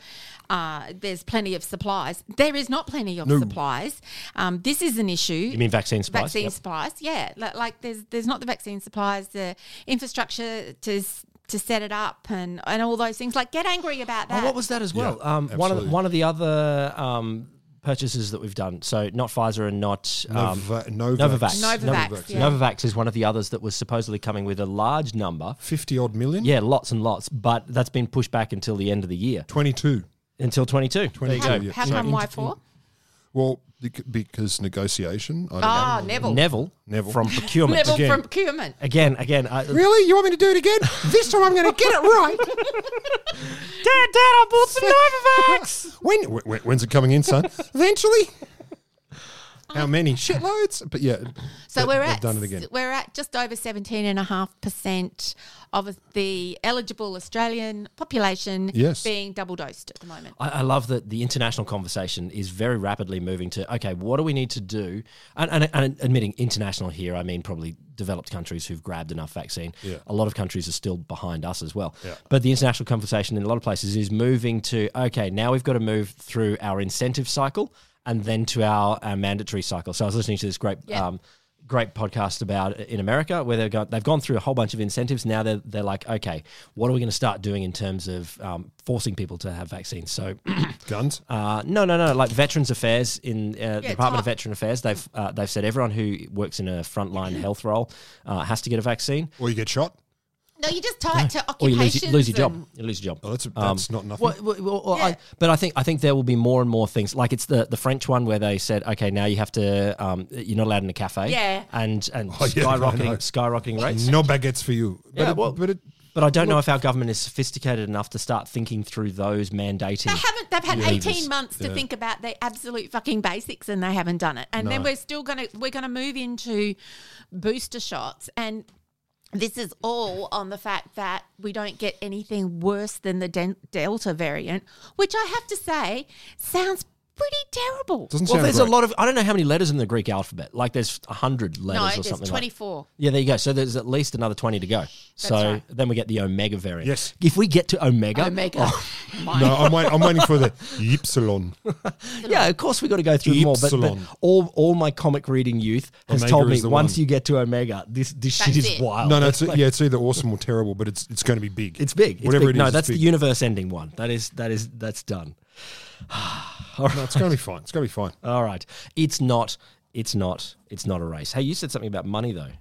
[SPEAKER 9] uh, there's plenty of supplies. There is not plenty of supplies. Um, this is an issue.
[SPEAKER 7] You mean vaccine supplies?
[SPEAKER 9] Vaccine
[SPEAKER 7] Yep.
[SPEAKER 9] supplies, yeah. Like, like there's there's not the vaccine supplies, the infrastructure to s- to set it up, and and all those things. Like, get angry about that.
[SPEAKER 7] Oh, what was that as well?
[SPEAKER 8] Yeah,
[SPEAKER 7] um, one of the,
[SPEAKER 8] absolutely.
[SPEAKER 7] one of the other um, purchases that we've done. So not Pfizer and not um,
[SPEAKER 8] Nova-
[SPEAKER 7] Novavax.
[SPEAKER 8] Novavax.
[SPEAKER 9] Novavax, yeah.
[SPEAKER 7] Novavax is one of the others that was supposedly coming with a large number.
[SPEAKER 8] 50 odd million?
[SPEAKER 7] Yeah, lots and lots, but that's been pushed back until the end of the year,
[SPEAKER 8] 22.
[SPEAKER 7] until 22.
[SPEAKER 8] There you
[SPEAKER 9] How,
[SPEAKER 8] go.
[SPEAKER 9] how
[SPEAKER 8] So
[SPEAKER 9] come? Why
[SPEAKER 8] interesting.
[SPEAKER 9] for?
[SPEAKER 8] Well, bec- because negotiation. I don't
[SPEAKER 9] Ah,
[SPEAKER 8] know.
[SPEAKER 9] Neville.
[SPEAKER 7] Neville,
[SPEAKER 8] Neville.
[SPEAKER 7] from procurement.
[SPEAKER 9] Neville
[SPEAKER 7] again,
[SPEAKER 9] from procurement.
[SPEAKER 7] again, again. uh, I,
[SPEAKER 8] Really? You want me to do it again? this time I'm going to get it right.
[SPEAKER 7] *laughs* Dad, Dad, I
[SPEAKER 8] *laughs*
[SPEAKER 7] bought some Novavax.
[SPEAKER 8] when, when when's it coming in,
[SPEAKER 7] *laughs*
[SPEAKER 8] son? Eventually. How many? Shitloads. But yeah.
[SPEAKER 9] Oh. So
[SPEAKER 8] but
[SPEAKER 9] we're
[SPEAKER 8] they've
[SPEAKER 9] at
[SPEAKER 8] done it again.
[SPEAKER 9] we're at just over seventeen and a half percent of the eligible Australian population
[SPEAKER 8] Yes.
[SPEAKER 9] being double dosed at the moment.
[SPEAKER 7] I, I love that the international conversation is very rapidly moving to okay, what do we need to do? And, and, and admitting international here, I mean probably developed countries who've grabbed enough vaccine.
[SPEAKER 8] Yeah.
[SPEAKER 7] A lot of countries are still behind us as well.
[SPEAKER 8] Yeah.
[SPEAKER 7] But the international conversation in a lot of places is moving to okay, now we've got to move through our incentive cycle and then to our, our mandatory cycle. So I was listening to this great.
[SPEAKER 9] Yeah.
[SPEAKER 7] Um, Great podcast about in America where they've gone, they've gone through a whole bunch of incentives. Now they're, they're like, okay, what are we going to start doing in terms of um, forcing people to have vaccines? So *clears throat*
[SPEAKER 8] Guns.
[SPEAKER 7] Uh, no, no, no. Like Veterans Affairs in uh, the Department
[SPEAKER 9] top.
[SPEAKER 7] of Veteran Affairs, they've uh, they've said everyone who works in a frontline health role uh, has to get a vaccine,
[SPEAKER 8] or you get shot.
[SPEAKER 9] No, you just tie it to
[SPEAKER 7] or you
[SPEAKER 9] occupations.
[SPEAKER 7] lose, your- lose your
[SPEAKER 9] and-
[SPEAKER 7] job. You lose your job.
[SPEAKER 8] Oh, that's, that's not nothing.
[SPEAKER 7] Well, well, well, well, I-
[SPEAKER 9] Yeah.
[SPEAKER 7] but I think I think there will be more and more things like it's the, the French one where they said okay now you have to um, you're not allowed in a cafe
[SPEAKER 9] Yeah.
[SPEAKER 7] and and
[SPEAKER 8] Oh, yeah, I
[SPEAKER 7] skyrocketing
[SPEAKER 8] know.
[SPEAKER 7] skyrocketing rates
[SPEAKER 8] No baguettes for you. But
[SPEAKER 7] Yeah,
[SPEAKER 8] it,
[SPEAKER 7] well-
[SPEAKER 8] but it,
[SPEAKER 7] but I don't know if our government is sophisticated enough to start thinking through those mandating
[SPEAKER 9] They haven't. They've had
[SPEAKER 7] levers.
[SPEAKER 9] eighteen months to think about the absolute fucking basics, and they haven't done it. And then we're still gonna we're gonna move into booster shots, and this is all on the fact that we don't get anything worse than the den- Delta variant, which I have to say sounds pretty terrible.
[SPEAKER 8] doesn't
[SPEAKER 7] Well,
[SPEAKER 8] sound
[SPEAKER 7] there's
[SPEAKER 8] great.
[SPEAKER 7] a lot of I don't know how many letters in the Greek alphabet. Like there's hundred letters
[SPEAKER 9] No,
[SPEAKER 7] or
[SPEAKER 9] it's
[SPEAKER 7] something.
[SPEAKER 9] twenty
[SPEAKER 7] Like.
[SPEAKER 9] four.
[SPEAKER 7] Yeah, there you go. So there's at least another twenty to go. so
[SPEAKER 9] right.
[SPEAKER 7] then we get the omega variant.
[SPEAKER 8] Yes.
[SPEAKER 7] If we get to omega,
[SPEAKER 9] Omega.
[SPEAKER 8] No, I'm, wait, I'm waiting for the ypsilon.
[SPEAKER 7] yeah, of course we got to go through them all. But, but
[SPEAKER 8] Epsilon.
[SPEAKER 7] all all my comic reading youth has
[SPEAKER 8] Omega
[SPEAKER 7] told me
[SPEAKER 8] is the
[SPEAKER 7] once
[SPEAKER 8] one.
[SPEAKER 7] you get to omega, this this shit is
[SPEAKER 9] That's it.
[SPEAKER 7] wild.
[SPEAKER 8] No, no, it's, yeah, it's either awesome or terrible, but it's it's going to be big.
[SPEAKER 7] It's big. It's
[SPEAKER 8] Whatever it
[SPEAKER 7] big.
[SPEAKER 8] is,
[SPEAKER 7] no,
[SPEAKER 8] it's
[SPEAKER 7] that's
[SPEAKER 8] big.
[SPEAKER 7] the universe ending one. That is that is that's done. *sighs*
[SPEAKER 8] No, it's going to be fine. It's going to be fine.
[SPEAKER 7] All right. It's not. It's not. It's not a race. Hey, you said something about money though.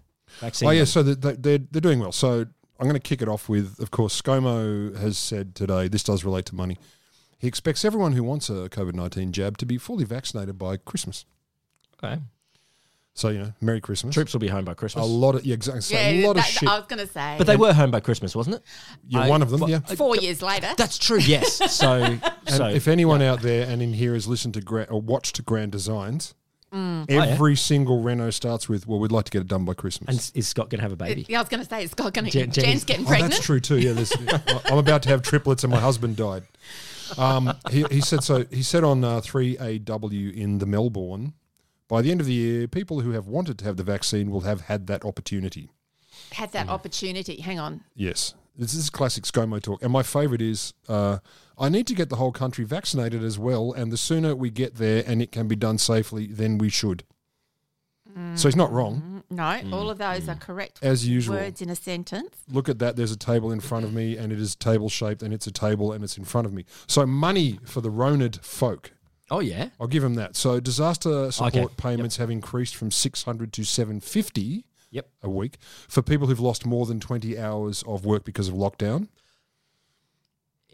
[SPEAKER 7] Vaccine.
[SPEAKER 8] Oh yeah,
[SPEAKER 7] money.
[SPEAKER 8] so they- they- they're they're doing well. So I'm going to kick it off with, of course, ScoMo has said today this does relate to money. He expects everyone who wants a COVID nineteen jab to be fully vaccinated by Christmas.
[SPEAKER 7] Okay.
[SPEAKER 8] So you know, Merry Christmas.
[SPEAKER 7] Troops will be home by
[SPEAKER 8] A
[SPEAKER 7] Christmas.
[SPEAKER 8] lot of yeah, exactly. So
[SPEAKER 9] Yeah,
[SPEAKER 8] a lot
[SPEAKER 9] that-
[SPEAKER 8] of shit.
[SPEAKER 9] I was gonna say.
[SPEAKER 7] But they were home by Christmas, wasn't it?
[SPEAKER 8] You're
[SPEAKER 7] I-
[SPEAKER 8] one of them.
[SPEAKER 7] well,
[SPEAKER 8] yeah.
[SPEAKER 9] four years later.
[SPEAKER 7] That's true. Yes. *laughs* So,
[SPEAKER 8] And
[SPEAKER 7] so
[SPEAKER 8] if anyone out there and in here has listened to Gra- or watched Grand Designs, every single Renault starts with, "Well, we'd like to get it done by Christmas."
[SPEAKER 7] Oh, and is Scott going to have a baby?
[SPEAKER 9] yeah, I was gonna say it's got gonna
[SPEAKER 7] Jen-
[SPEAKER 9] Jen's,
[SPEAKER 7] Jenny's-
[SPEAKER 9] getting
[SPEAKER 8] Oh,
[SPEAKER 9] pregnant.
[SPEAKER 8] *laughs* that's true too. Yeah, there's, I'm about to have triplets, and my husband died. Um, he, he said so. He said on uh, 3AW in the Melbourne, by the end of the year, people who have wanted to have the vaccine will have had that opportunity.
[SPEAKER 9] Had that opportunity. Hang on.
[SPEAKER 8] Yes. This is classic ScoMo talk. And my favourite is uh, I need to get the whole country vaccinated as well. And the sooner we get there and it can be done safely, then we should. So he's not wrong.
[SPEAKER 9] No, all of those are correct.
[SPEAKER 8] Hmm. As usual.
[SPEAKER 9] Words in a sentence.
[SPEAKER 8] Look at that. There's a table in front of me and it is table shaped and it's a table and it's in front of me. So money for the Roned folk.
[SPEAKER 7] Oh yeah.
[SPEAKER 8] I'll give him that. So disaster support
[SPEAKER 7] Yep.
[SPEAKER 8] payments have increased from 600 to 750
[SPEAKER 7] Yep.
[SPEAKER 8] a week for people who've lost more than 20 hours of work because of lockdown.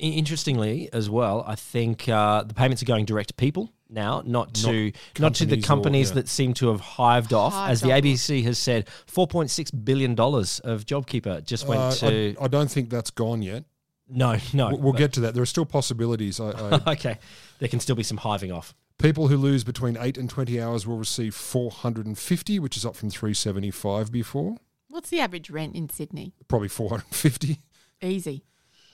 [SPEAKER 7] I- Interestingly, as well, I think uh, the payments are going direct to people now, not to not, to the
[SPEAKER 8] companies or-
[SPEAKER 7] companies
[SPEAKER 8] yeah.
[SPEAKER 7] that seem to have hived off.
[SPEAKER 9] Hived
[SPEAKER 7] as the
[SPEAKER 9] off.
[SPEAKER 7] ABC has said, four point six billion dollars of JobKeeper just went
[SPEAKER 8] Uh,
[SPEAKER 7] to.
[SPEAKER 8] I, I don't think that's gone yet.
[SPEAKER 7] no, no.
[SPEAKER 8] We'll, we'll
[SPEAKER 7] *laughs*
[SPEAKER 8] get uh, to that. There are still possibilities. I, I,
[SPEAKER 7] okay, there can still be some hiving off.
[SPEAKER 8] people who lose between 8 and 20 hours will receive 450, which is up from 375 before,
[SPEAKER 9] What's the average rent in Sydney?
[SPEAKER 8] probably 450.
[SPEAKER 9] Easy.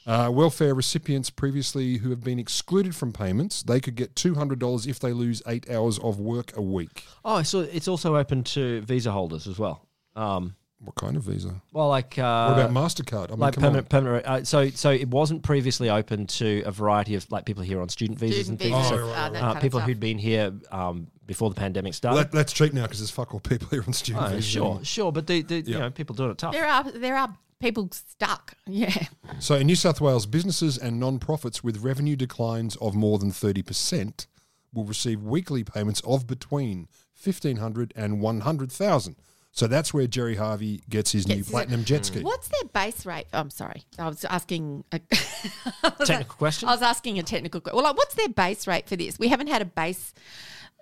[SPEAKER 8] Uh, welfare recipients previously who have been excluded from payments, they could get $200 if they lose eight hours of work a week.
[SPEAKER 7] Oh, so it's also open to visa holders as well. Um,
[SPEAKER 8] What kind of visa?
[SPEAKER 7] well, like uh,
[SPEAKER 8] What about MasterCard? I mean,
[SPEAKER 7] like
[SPEAKER 8] come on.
[SPEAKER 7] permanent, permanent. Uh, so, so it wasn't previously open to a variety of like people here on student visas and
[SPEAKER 9] Student
[SPEAKER 7] things.
[SPEAKER 9] visas,
[SPEAKER 7] So,
[SPEAKER 9] Oh, right, right, right.
[SPEAKER 7] uh,
[SPEAKER 9] that
[SPEAKER 7] people
[SPEAKER 9] kind of
[SPEAKER 7] who'd been here um, before the pandemic started.
[SPEAKER 8] Well, that, that's cheap now because there's fuck all people here on student
[SPEAKER 7] Oh,
[SPEAKER 8] visas.
[SPEAKER 7] sure, sure, but the, the you
[SPEAKER 8] Yeah.
[SPEAKER 7] know people doing it tough.
[SPEAKER 9] There are there are people stuck. *laughs* Yeah.
[SPEAKER 8] So in New South Wales, businesses and non-profits with revenue declines of more than 30% will receive weekly payments of between 1500 and 100,000. So that's where Jerry Harvey gets his new
[SPEAKER 9] Gets his-
[SPEAKER 8] platinum jet ski.
[SPEAKER 9] What's their base rate? Oh, I'm sorry. I was asking a *laughs*
[SPEAKER 7] Technical question?
[SPEAKER 9] I was asking a technical question. Well, like, what's their base rate for this? We haven't had a base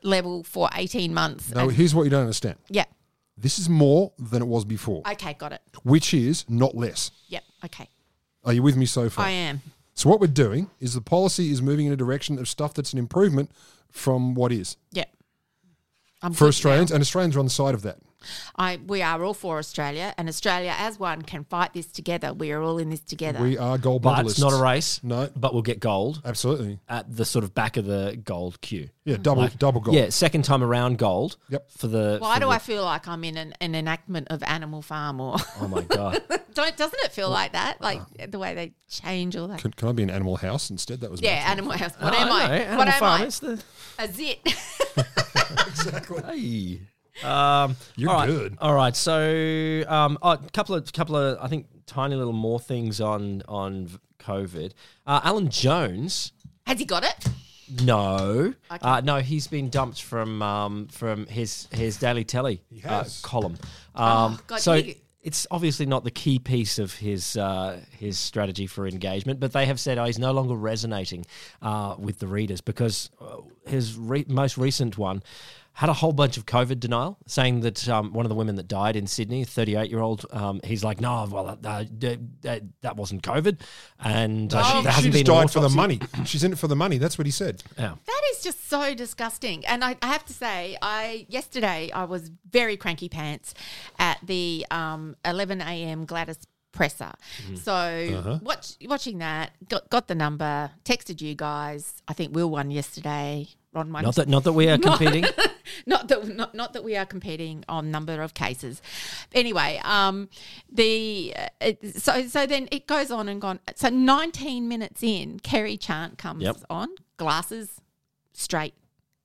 [SPEAKER 9] level for 18 months.
[SPEAKER 8] No,
[SPEAKER 9] And-
[SPEAKER 8] here's what you don't understand.
[SPEAKER 9] yeah.
[SPEAKER 8] This is more than it was before,
[SPEAKER 9] Okay, got it.
[SPEAKER 8] which is not less.
[SPEAKER 9] Yep. Okay.
[SPEAKER 8] Are you with me so far?
[SPEAKER 9] I am.
[SPEAKER 8] So what we're doing is the policy is moving in a direction of stuff that's an improvement from what is
[SPEAKER 9] Yep. I'm
[SPEAKER 8] for
[SPEAKER 9] good now.
[SPEAKER 8] Australians, and Australians are on the side of that.
[SPEAKER 9] I, we are all for Australia, and Australia as one can fight this together. We are all in this together.
[SPEAKER 8] We are gold
[SPEAKER 7] but
[SPEAKER 8] medalists.
[SPEAKER 7] it's not a race.
[SPEAKER 8] No. Uh,
[SPEAKER 7] but we'll get gold
[SPEAKER 8] Absolutely.
[SPEAKER 7] at the sort of back of the gold queue.
[SPEAKER 8] Yeah, double double gold.
[SPEAKER 7] Yeah, second time around gold.
[SPEAKER 8] Yep.
[SPEAKER 7] For the
[SPEAKER 9] Why
[SPEAKER 7] for
[SPEAKER 9] do
[SPEAKER 7] the-
[SPEAKER 9] I feel like I'm in an, an enactment of Animal Farm? Or
[SPEAKER 7] Oh my god.
[SPEAKER 9] *laughs* don't doesn't it feel like that? Like the way they change all that.
[SPEAKER 8] Can, can I be an animal house instead? That was my
[SPEAKER 9] yeah, Animal House. What
[SPEAKER 7] No,
[SPEAKER 9] am I?
[SPEAKER 7] know, Animal
[SPEAKER 9] what am
[SPEAKER 7] Farm,
[SPEAKER 9] I?
[SPEAKER 7] It's the
[SPEAKER 9] A zit. *laughs*
[SPEAKER 7] hey. Um,
[SPEAKER 8] You're
[SPEAKER 7] all right,
[SPEAKER 8] good.
[SPEAKER 7] All right. So, um, a couple of couple of I think tiny little more things on on v- COVID. Uh, Alan Jones.
[SPEAKER 9] Has he got it?
[SPEAKER 7] No, uh, no, he's been dumped from um, from his his daily telly uh,
[SPEAKER 8] has.
[SPEAKER 7] column. Um,
[SPEAKER 9] God,
[SPEAKER 7] so
[SPEAKER 9] you-
[SPEAKER 7] it's obviously not the key piece of his uh, his strategy for engagement, but they have said oh, he's no longer resonating uh, with the readers because uh, his re- most recent one. Had a whole bunch of COVID denial, saying that um, one of the women that died in Sydney, thirty-eight-year-old, um, he's like, no, well, uh, that, that, that wasn't COVID, and
[SPEAKER 9] Oh,
[SPEAKER 7] uh,
[SPEAKER 8] She,
[SPEAKER 7] there
[SPEAKER 8] she
[SPEAKER 7] hasn't
[SPEAKER 8] just
[SPEAKER 7] been an
[SPEAKER 8] died for the
[SPEAKER 7] autopsy.
[SPEAKER 8] money.
[SPEAKER 7] *laughs*
[SPEAKER 8] She's in it for the money. That's what he said.
[SPEAKER 7] Yeah.
[SPEAKER 9] That is just so disgusting. And I, I have to say, I yesterday I was very cranky pants at the um, 11 a.m. Gladys presser.
[SPEAKER 7] Mm-hmm.
[SPEAKER 9] So
[SPEAKER 7] Uh-huh.
[SPEAKER 9] watch, watching that, got, got the number, texted you guys. I think Will won yesterday. Ron won.
[SPEAKER 7] Not that, not that
[SPEAKER 9] *laughs*
[SPEAKER 7] we are competing.
[SPEAKER 9] not that not, not that we are competing on number of cases. Anyway, um, the uh, it, so so then it goes on and gone. So 19 minutes in, Kerry Chant comes
[SPEAKER 7] Yep.
[SPEAKER 9] on, glasses straight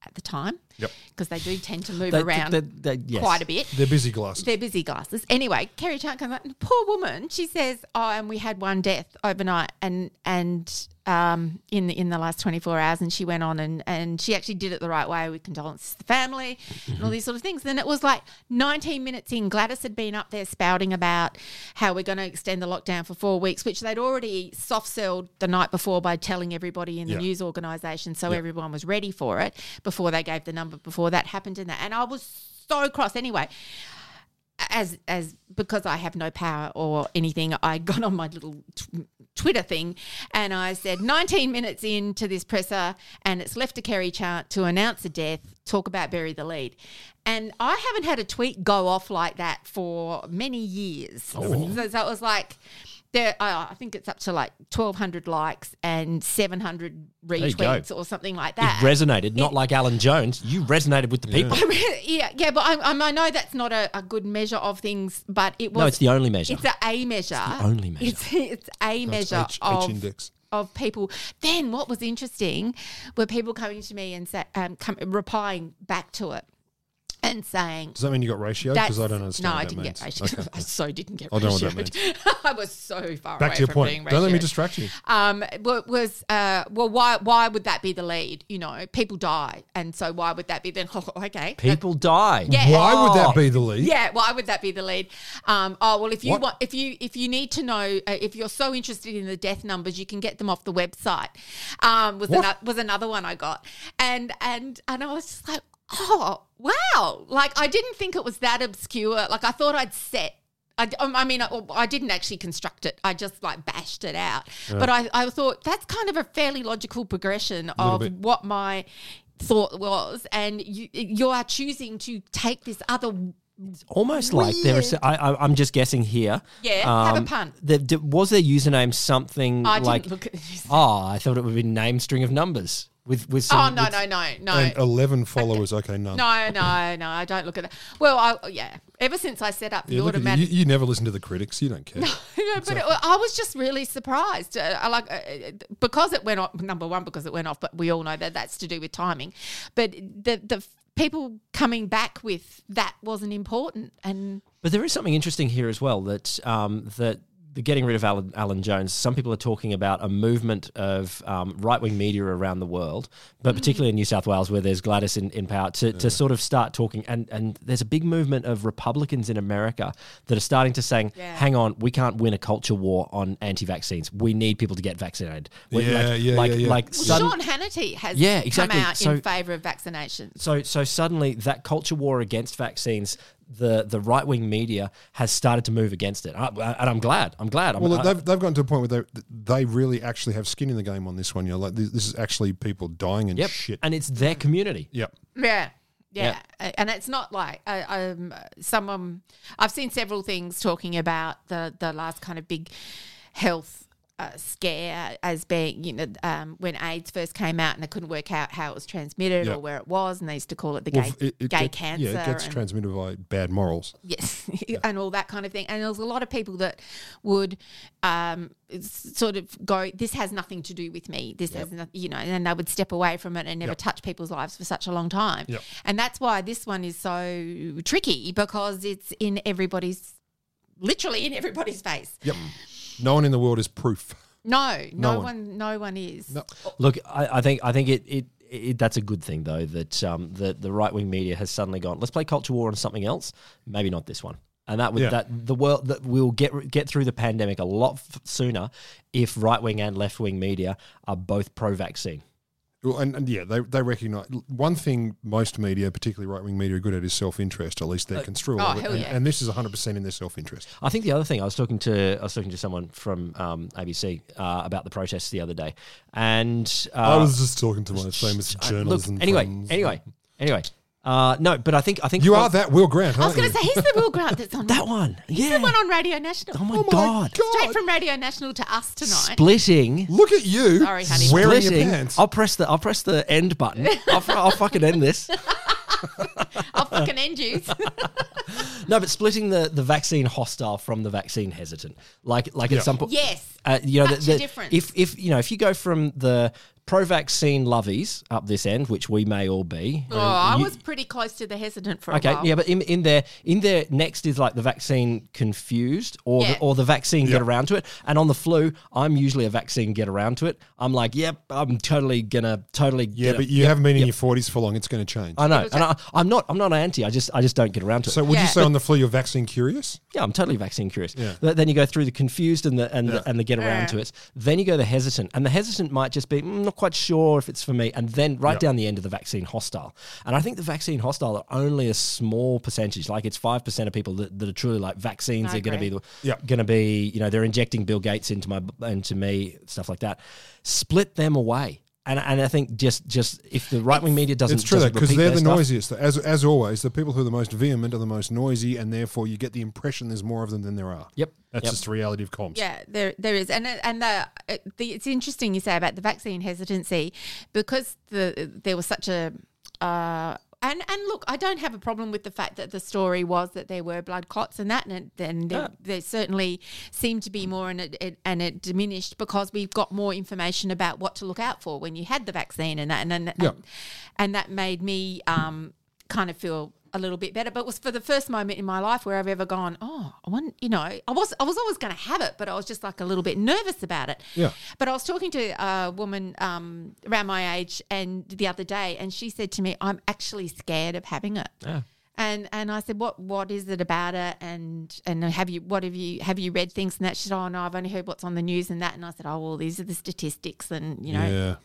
[SPEAKER 9] at the time.
[SPEAKER 8] Yep.
[SPEAKER 9] Because they do tend to move
[SPEAKER 7] They-
[SPEAKER 9] around
[SPEAKER 7] they- they- yes.
[SPEAKER 9] quite a bit.
[SPEAKER 8] They're busy glasses.
[SPEAKER 9] They're busy glasses. Anyway, Kerry Chant comes up. And the poor woman. She says, "Oh, and we had one death overnight, and and um in the, in the last twenty four hours." And she went on and and she actually did it the right way with condolences to the family and all these sort of things. Then it was like nineteen minutes in, Gladys had been up there spouting about how we're going to extend the lockdown for four weeks, which they'd already soft selled the night before by telling everybody in the
[SPEAKER 8] Yeah.
[SPEAKER 9] news organisation, so everyone was ready for it before they gave the number before that happened and that. And I was. So cross anyway as as because I have no power or anything, I got on my little tw- Twitter thing and I said 19 minutes into this presser and it's left to Kerry Chant to announce a death, talk about bury the lead. And I
[SPEAKER 7] Oh,
[SPEAKER 9] haven't had a tweet go off like that for many years. So, so it was like There, uh, I think it's up to like twelve hundred likes and seven hundred
[SPEAKER 7] you go.
[SPEAKER 9] retweets or something like
[SPEAKER 7] It
[SPEAKER 9] that.
[SPEAKER 7] resonated, not like Alan Jones. You resonated with the
[SPEAKER 9] *laughs*
[SPEAKER 7] people.
[SPEAKER 9] yeah, yeah, but I, I, I know that's not a, a good measure of things, but it was.
[SPEAKER 7] No, it's the only measure.
[SPEAKER 9] It's a, a measure. It's
[SPEAKER 7] only measure.
[SPEAKER 9] It's, it's a measure
[SPEAKER 8] H- H
[SPEAKER 9] of
[SPEAKER 8] index.
[SPEAKER 9] of people. Then what was interesting were people coming to me and say, um, come, replying back to it and saying.
[SPEAKER 8] Does that mean you got ratio?
[SPEAKER 9] That's,
[SPEAKER 8] Because I don't understand.
[SPEAKER 9] No,
[SPEAKER 8] what
[SPEAKER 9] I
[SPEAKER 8] that
[SPEAKER 9] didn't get
[SPEAKER 8] means.
[SPEAKER 9] ratioed.
[SPEAKER 8] Okay.
[SPEAKER 9] *laughs* I so didn't get
[SPEAKER 8] I
[SPEAKER 9] ratioed.
[SPEAKER 8] don't know what that
[SPEAKER 9] *laughs* I was so far
[SPEAKER 8] Back
[SPEAKER 9] away
[SPEAKER 8] to your
[SPEAKER 9] from being
[SPEAKER 8] point. Don't let me
[SPEAKER 9] ratioed
[SPEAKER 8] distract you.
[SPEAKER 9] um, wa- was uh, well, why why would that be the lead? You know, people die, and so why would that be then? *laughs* Oh, okay,
[SPEAKER 7] people die.
[SPEAKER 9] Yeah.
[SPEAKER 8] Why would
[SPEAKER 7] Oh.
[SPEAKER 8] that be the lead?
[SPEAKER 9] yeah, why would that be the lead? Um, oh well, if you
[SPEAKER 8] What?
[SPEAKER 9] want, if you if you need to know, uh, if you're so interested in the death numbers, you can get them off the website. Um, was
[SPEAKER 8] What?
[SPEAKER 9] ano- was another one I got, and and and I was just like, oh wow, like I didn't think it was that obscure. Like I thought I'd set. I, d- um, I mean, I, I didn't actually construct it. I just like bashed it out. But I, I thought that's kind of a fairly logical progression of
[SPEAKER 8] bit.
[SPEAKER 9] what my thought was, and you you are choosing to take this other
[SPEAKER 7] almost like there is. I, I, I'm just guessing here.
[SPEAKER 9] Yeah, have a punt.
[SPEAKER 7] The, d was their username something
[SPEAKER 9] I didn't
[SPEAKER 7] like?
[SPEAKER 9] look at this.
[SPEAKER 7] Oh, I thought it would be name string of numbers with with
[SPEAKER 9] Oh
[SPEAKER 7] some.
[SPEAKER 9] no
[SPEAKER 7] with-
[SPEAKER 9] no no
[SPEAKER 8] And
[SPEAKER 9] no.
[SPEAKER 8] 11 followers. Okay, none.
[SPEAKER 9] No, no, no! I don't look at that. Well, I, yeah. Ever since I set up the
[SPEAKER 8] Yeah, look at you. you,
[SPEAKER 9] automatic,
[SPEAKER 8] you never listen to the critics. You don't care.
[SPEAKER 9] *laughs* No, but it, I was just really surprised. Uh, I like uh, uh, because it went off. Number one, because it went off, but we all know that that's to do with timing. But the the f- people coming back with that wasn't important, and
[SPEAKER 7] But there is something interesting here as well that um, that the getting rid of Alan, Alan Jones. Some people are talking about a movement of um, right wing media around the world, but
[SPEAKER 8] Mm.
[SPEAKER 7] particularly in New South Wales, where there's Gladys in, in power, to, to sort of start talking. And and there's a big movement of Republicans in America that are starting to saying,
[SPEAKER 9] Yeah.
[SPEAKER 7] "Hang on, we can't win a culture war on anti-vaccines. We need people to get vaccinated." We-
[SPEAKER 8] Yeah,
[SPEAKER 7] like,
[SPEAKER 8] yeah,
[SPEAKER 7] like,
[SPEAKER 8] yeah, yeah.
[SPEAKER 7] Like
[SPEAKER 9] well,
[SPEAKER 7] sudden-
[SPEAKER 9] Sean Hannity has
[SPEAKER 7] Yeah, exactly.
[SPEAKER 9] come out
[SPEAKER 7] So-
[SPEAKER 9] in favour of vaccinations.
[SPEAKER 7] so so suddenly that culture war against vaccines, the the right wing media has started to move against it, I, and I'm glad. I'm glad. I'm,
[SPEAKER 8] Well,
[SPEAKER 7] I-
[SPEAKER 8] they've, they've gotten to a point where they they really actually have skin in the game on this one. You know, like this, this is actually people dying and
[SPEAKER 7] yep.
[SPEAKER 8] shit.
[SPEAKER 7] And it's their community.
[SPEAKER 8] yep.
[SPEAKER 9] Yeah.
[SPEAKER 7] Yeah.
[SPEAKER 9] Yeah. A- and it's not like uh, um, someone. I've seen several things talking about the the last kind of big health uh, scare as being, you know, um, when AIDS first came out and they couldn't work out how it was transmitted
[SPEAKER 8] Yeah.
[SPEAKER 9] or where it was, and they used to call it the
[SPEAKER 8] Well,
[SPEAKER 9] gay,
[SPEAKER 8] it- it
[SPEAKER 9] gay
[SPEAKER 8] get-
[SPEAKER 9] cancer.
[SPEAKER 8] Yeah, it gets
[SPEAKER 9] and-
[SPEAKER 8] transmitted by bad morals.
[SPEAKER 9] Yes, *laughs* and all that kind of thing. And there was a lot of people that would um, s- sort of go, "This has nothing to do with me. This has nothing," you know, and they would step away from it and never
[SPEAKER 8] Yep.
[SPEAKER 9] touch people's lives for such a long time.
[SPEAKER 8] Yep.
[SPEAKER 9] And that's why this one is so tricky because it's in everybody's, literally in everybody's face.
[SPEAKER 8] Yep. No one in the world is proof.
[SPEAKER 9] No, no,
[SPEAKER 8] No one.
[SPEAKER 9] one. no one is.
[SPEAKER 8] No.
[SPEAKER 7] Look, I, I think I think it, it it that's a good thing though that um that the right wing media has suddenly gone. Let's play culture war on something else. Maybe not this one. And that would
[SPEAKER 8] Yeah.
[SPEAKER 7] that the world that we'll get get through the pandemic a lot f- sooner if right wing and left wing media are both pro vaccine.
[SPEAKER 8] Well, and, and yeah, they, they recognize one thing most media, particularly right wing media, are good at is self interest. At least they can construed.
[SPEAKER 9] oh,
[SPEAKER 8] of it.
[SPEAKER 9] hell
[SPEAKER 8] and,
[SPEAKER 9] yeah.
[SPEAKER 8] and this is 100% in their self interest.
[SPEAKER 7] I think the other thing I was talking to I was talking to someone from um, ABC uh, about the protests the other day, and uh,
[SPEAKER 8] I was just talking to my famous
[SPEAKER 7] I- look,
[SPEAKER 8] journalism.
[SPEAKER 7] anyway,
[SPEAKER 8] friends.
[SPEAKER 7] anyway, anyway. Uh, no, but I think I think
[SPEAKER 8] You
[SPEAKER 7] well,
[SPEAKER 8] are that Will Grant,
[SPEAKER 9] I was
[SPEAKER 8] aren't
[SPEAKER 9] going
[SPEAKER 8] you?
[SPEAKER 9] to say he's the Will Grant that's
[SPEAKER 8] *laughs*
[SPEAKER 9] on
[SPEAKER 7] that one. Yeah.
[SPEAKER 9] the one on Radio National.
[SPEAKER 7] Oh my, god.
[SPEAKER 9] Straight from Radio National to us tonight.
[SPEAKER 7] Splitting.
[SPEAKER 8] Look at you
[SPEAKER 9] Sorry, honey.
[SPEAKER 8] wearing your
[SPEAKER 7] Splitting.
[SPEAKER 8] pants.
[SPEAKER 7] I'll press the I'll press the end button. I'll, fu- I'll fucking end this.
[SPEAKER 9] I'll fucking end you. *laughs*
[SPEAKER 7] No, but splitting the, the vaccine hostile from the vaccine hesitant. Like like
[SPEAKER 8] Yeah.
[SPEAKER 7] at some point.
[SPEAKER 9] yes.
[SPEAKER 7] Uh, you know,
[SPEAKER 9] Such
[SPEAKER 7] the,
[SPEAKER 9] a
[SPEAKER 7] the-
[SPEAKER 9] difference.
[SPEAKER 7] if if you know if you go from the pro-vaccine lovies up this end, which we may all be.
[SPEAKER 9] Oh, I
[SPEAKER 7] you-
[SPEAKER 9] was pretty close to the hesitant for a
[SPEAKER 7] Okay,
[SPEAKER 9] while.
[SPEAKER 7] yeah, but in, in there, in there, next is like the vaccine confused, or
[SPEAKER 9] Yeah.
[SPEAKER 7] the, or the vaccine
[SPEAKER 8] Yeah.
[SPEAKER 7] get around to it. And on the flu, I'm usually a vaccine get around to it. I'm like, yep, I'm totally gonna totally.
[SPEAKER 8] yeah,
[SPEAKER 7] get
[SPEAKER 8] but
[SPEAKER 7] a-
[SPEAKER 8] you haven't been in your 40s for long. It's going to change.
[SPEAKER 7] I know, and I, I'm not. I'm not anti. I just I just don't get around to it.
[SPEAKER 8] so would
[SPEAKER 9] Yeah.
[SPEAKER 8] you say on the flu you're vaccine curious?
[SPEAKER 7] Yeah, I'm totally vaccine curious.
[SPEAKER 8] Yeah.
[SPEAKER 7] But then you go through the confused and the and
[SPEAKER 8] Yeah.
[SPEAKER 7] the, and the get around to it. Then you go the hesitant, and the hesitant might just be "Mm, not quite sure if it's for me. And then right down the end of the vaccine hostile. And I think the vaccine hostile are only a small percentage. Like it's five percent of people that, that are truly like vaccines
[SPEAKER 9] I
[SPEAKER 7] are going to be
[SPEAKER 9] agree.
[SPEAKER 7] the
[SPEAKER 8] Yeah.
[SPEAKER 7] going to be you know they're injecting Bill Gates into my into me stuff like that. Split them away. And and I think just just if the right wing media doesn't,
[SPEAKER 8] It's true
[SPEAKER 7] because
[SPEAKER 8] because they're the noisiest. As as always, the people who are the most vehement are the most noisy, and therefore you get the impression there's more of them than there are.
[SPEAKER 7] Yep.
[SPEAKER 8] that's
[SPEAKER 7] Yep.
[SPEAKER 8] just the reality of comps.
[SPEAKER 9] Yeah, there there is, and it- and the, it- the it's interesting you say about the vaccine hesitancy because the there was such a. Uh, and, and look, I don't have a problem with the fact that the story was that there were blood clots and that, and it- then there, there certainly seemed to be more, and it, it and it diminished because we've got more information about what to look out for when you had the vaccine and that, and and,
[SPEAKER 8] Yeah.
[SPEAKER 9] and, and that made me um, kind of feel a little bit better. But it was for the first moment in my life where I've ever gone, oh, I want, you know, I was, I was always going to have it, but I was just like a little bit nervous about it.
[SPEAKER 8] Yeah.
[SPEAKER 9] But I was talking to a woman um, around my age and the other day, and she said to me, I'm actually scared of having it. And and I said, what what is it about it? And and have you what have you have you read things and that? She said, oh no, I've only heard what's on the news and that. And I said, oh well, these are the statistics, and you know,
[SPEAKER 8] yeah.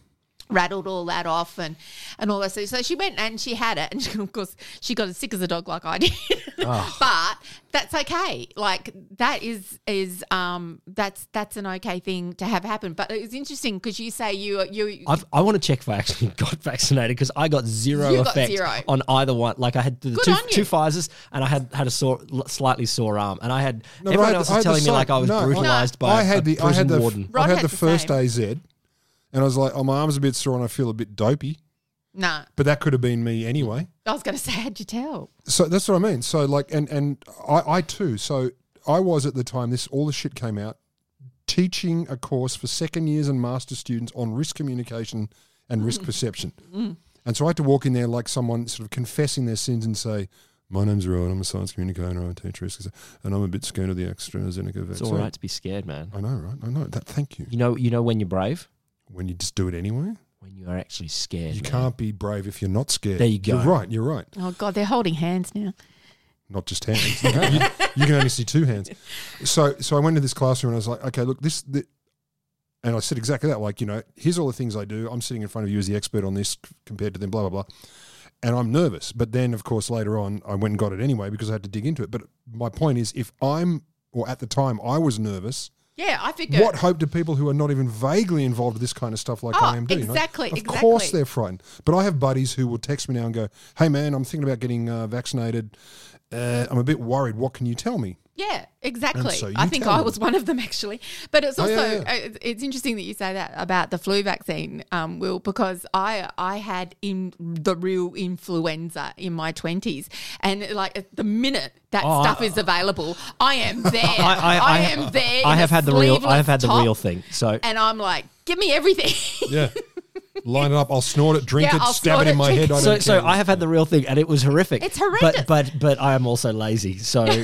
[SPEAKER 9] rattled all that off and and all that. So, so she went and she had it, and she- of course she got as sick as a dog like I did.
[SPEAKER 8] Oh.
[SPEAKER 9] *laughs* But that's okay. Like that is is um that's that's an okay thing to have happen. But it was interesting because you say you you
[SPEAKER 7] I've, I want to check if I actually *laughs* got vaccinated because I got zero
[SPEAKER 9] You got
[SPEAKER 7] effect
[SPEAKER 9] zero.
[SPEAKER 7] on either one. Like I had the
[SPEAKER 9] Good
[SPEAKER 7] two,
[SPEAKER 9] on you.
[SPEAKER 7] two Pfizer's and I had had a sore, l- slightly sore arm, and I had
[SPEAKER 8] No, but
[SPEAKER 7] everyone
[SPEAKER 8] I had-
[SPEAKER 7] else
[SPEAKER 8] I
[SPEAKER 7] was
[SPEAKER 8] had the
[SPEAKER 7] telling me
[SPEAKER 8] same-
[SPEAKER 7] like I was
[SPEAKER 8] no, I-
[SPEAKER 7] brutalized by
[SPEAKER 8] I
[SPEAKER 7] a
[SPEAKER 8] had the I
[SPEAKER 7] prison
[SPEAKER 8] had the
[SPEAKER 7] warden.
[SPEAKER 8] I
[SPEAKER 9] Rod
[SPEAKER 8] had
[SPEAKER 9] had
[SPEAKER 8] the
[SPEAKER 9] the
[SPEAKER 8] first
[SPEAKER 9] same.
[SPEAKER 8] AZ, and I was like, oh, my arm's a bit sore and I feel a bit dopey,
[SPEAKER 9] no.
[SPEAKER 8] but that could have been me anyway.
[SPEAKER 9] I was going to say, how'd you tell?
[SPEAKER 8] So that's what I mean. So like, and and I, I too. So I was at the time this all the shit came out, teaching a course for second years and master students on risk communication and risk perception. And so I had to walk in there like someone sort of confessing their sins and say, "My name's Rowan. I'm a science communicator. I teach risk, and I'm a bit scared of the AstraZeneca vaccine."
[SPEAKER 7] It's all right to be scared, man.
[SPEAKER 8] I know, right? I know. That. Thank you.
[SPEAKER 7] You know, you know when you're brave,
[SPEAKER 8] When you just do it anyway,
[SPEAKER 7] when you are actually scared.
[SPEAKER 8] you
[SPEAKER 7] man.
[SPEAKER 8] can't be brave if you're not scared.
[SPEAKER 7] There you go.
[SPEAKER 8] You're right. You're right.
[SPEAKER 9] Oh God, they're holding hands now.
[SPEAKER 8] not just hands. you, you can only see two hands. So, so I went to this classroom and I was like, okay, look, this, the, and I said exactly that. Like, you know, here's all the things I do. I'm sitting in front of you as the expert on this compared to them, blah blah blah. And I'm nervous, but then of course later on I went and got it anyway because I had to dig into it. But my point is, if I'm or at the time I was nervous,
[SPEAKER 9] Yeah, I figure.
[SPEAKER 8] what hope do people who are not even vaguely involved with this kind of stuff like
[SPEAKER 9] Oh,
[SPEAKER 8] I am do? you know?
[SPEAKER 9] exactly,
[SPEAKER 8] Of course
[SPEAKER 9] exactly.
[SPEAKER 8] they're frightened. But I have buddies who will text me now and go, hey man, I'm thinking about getting uh, vaccinated. Uh, I'm a bit worried. What can you tell
[SPEAKER 9] *laughs*
[SPEAKER 8] me?
[SPEAKER 9] Yeah, exactly.
[SPEAKER 8] so you
[SPEAKER 9] I think
[SPEAKER 8] tell
[SPEAKER 9] I
[SPEAKER 8] them.
[SPEAKER 9] was one of them actually. *laughs* But it's
[SPEAKER 8] Oh,
[SPEAKER 9] also
[SPEAKER 8] yeah, yeah.
[SPEAKER 9] uh, it's- it's interesting that you say that about the flu vaccine, um, Will, because I I had in the real influenza in my twenties, and like at the minute that
[SPEAKER 7] Oh,
[SPEAKER 9] stuff
[SPEAKER 7] I-
[SPEAKER 9] is available, I am there. I,
[SPEAKER 7] *laughs* I, I, I,
[SPEAKER 9] am there.
[SPEAKER 7] I
[SPEAKER 9] in
[SPEAKER 7] have
[SPEAKER 9] a
[SPEAKER 7] had the real. I have
[SPEAKER 9] sleeveless
[SPEAKER 7] had the
[SPEAKER 9] top,
[SPEAKER 7] real thing. So
[SPEAKER 9] and I'm like, give me everything.
[SPEAKER 8] Yeah. Line it up. I'll snort
[SPEAKER 9] *laughs*
[SPEAKER 8] it, drink
[SPEAKER 9] Yeah,
[SPEAKER 8] it,
[SPEAKER 9] I'll
[SPEAKER 8] stab
[SPEAKER 9] snort
[SPEAKER 8] it in
[SPEAKER 9] it,
[SPEAKER 8] my
[SPEAKER 9] drink
[SPEAKER 8] head.
[SPEAKER 9] it.
[SPEAKER 8] I
[SPEAKER 7] so
[SPEAKER 8] don't
[SPEAKER 7] so
[SPEAKER 8] care.
[SPEAKER 7] I have had the real thing, and it was horrific.
[SPEAKER 9] It's horrendous.
[SPEAKER 7] But but but I am also lazy. So
[SPEAKER 9] *laughs*
[SPEAKER 8] yeah,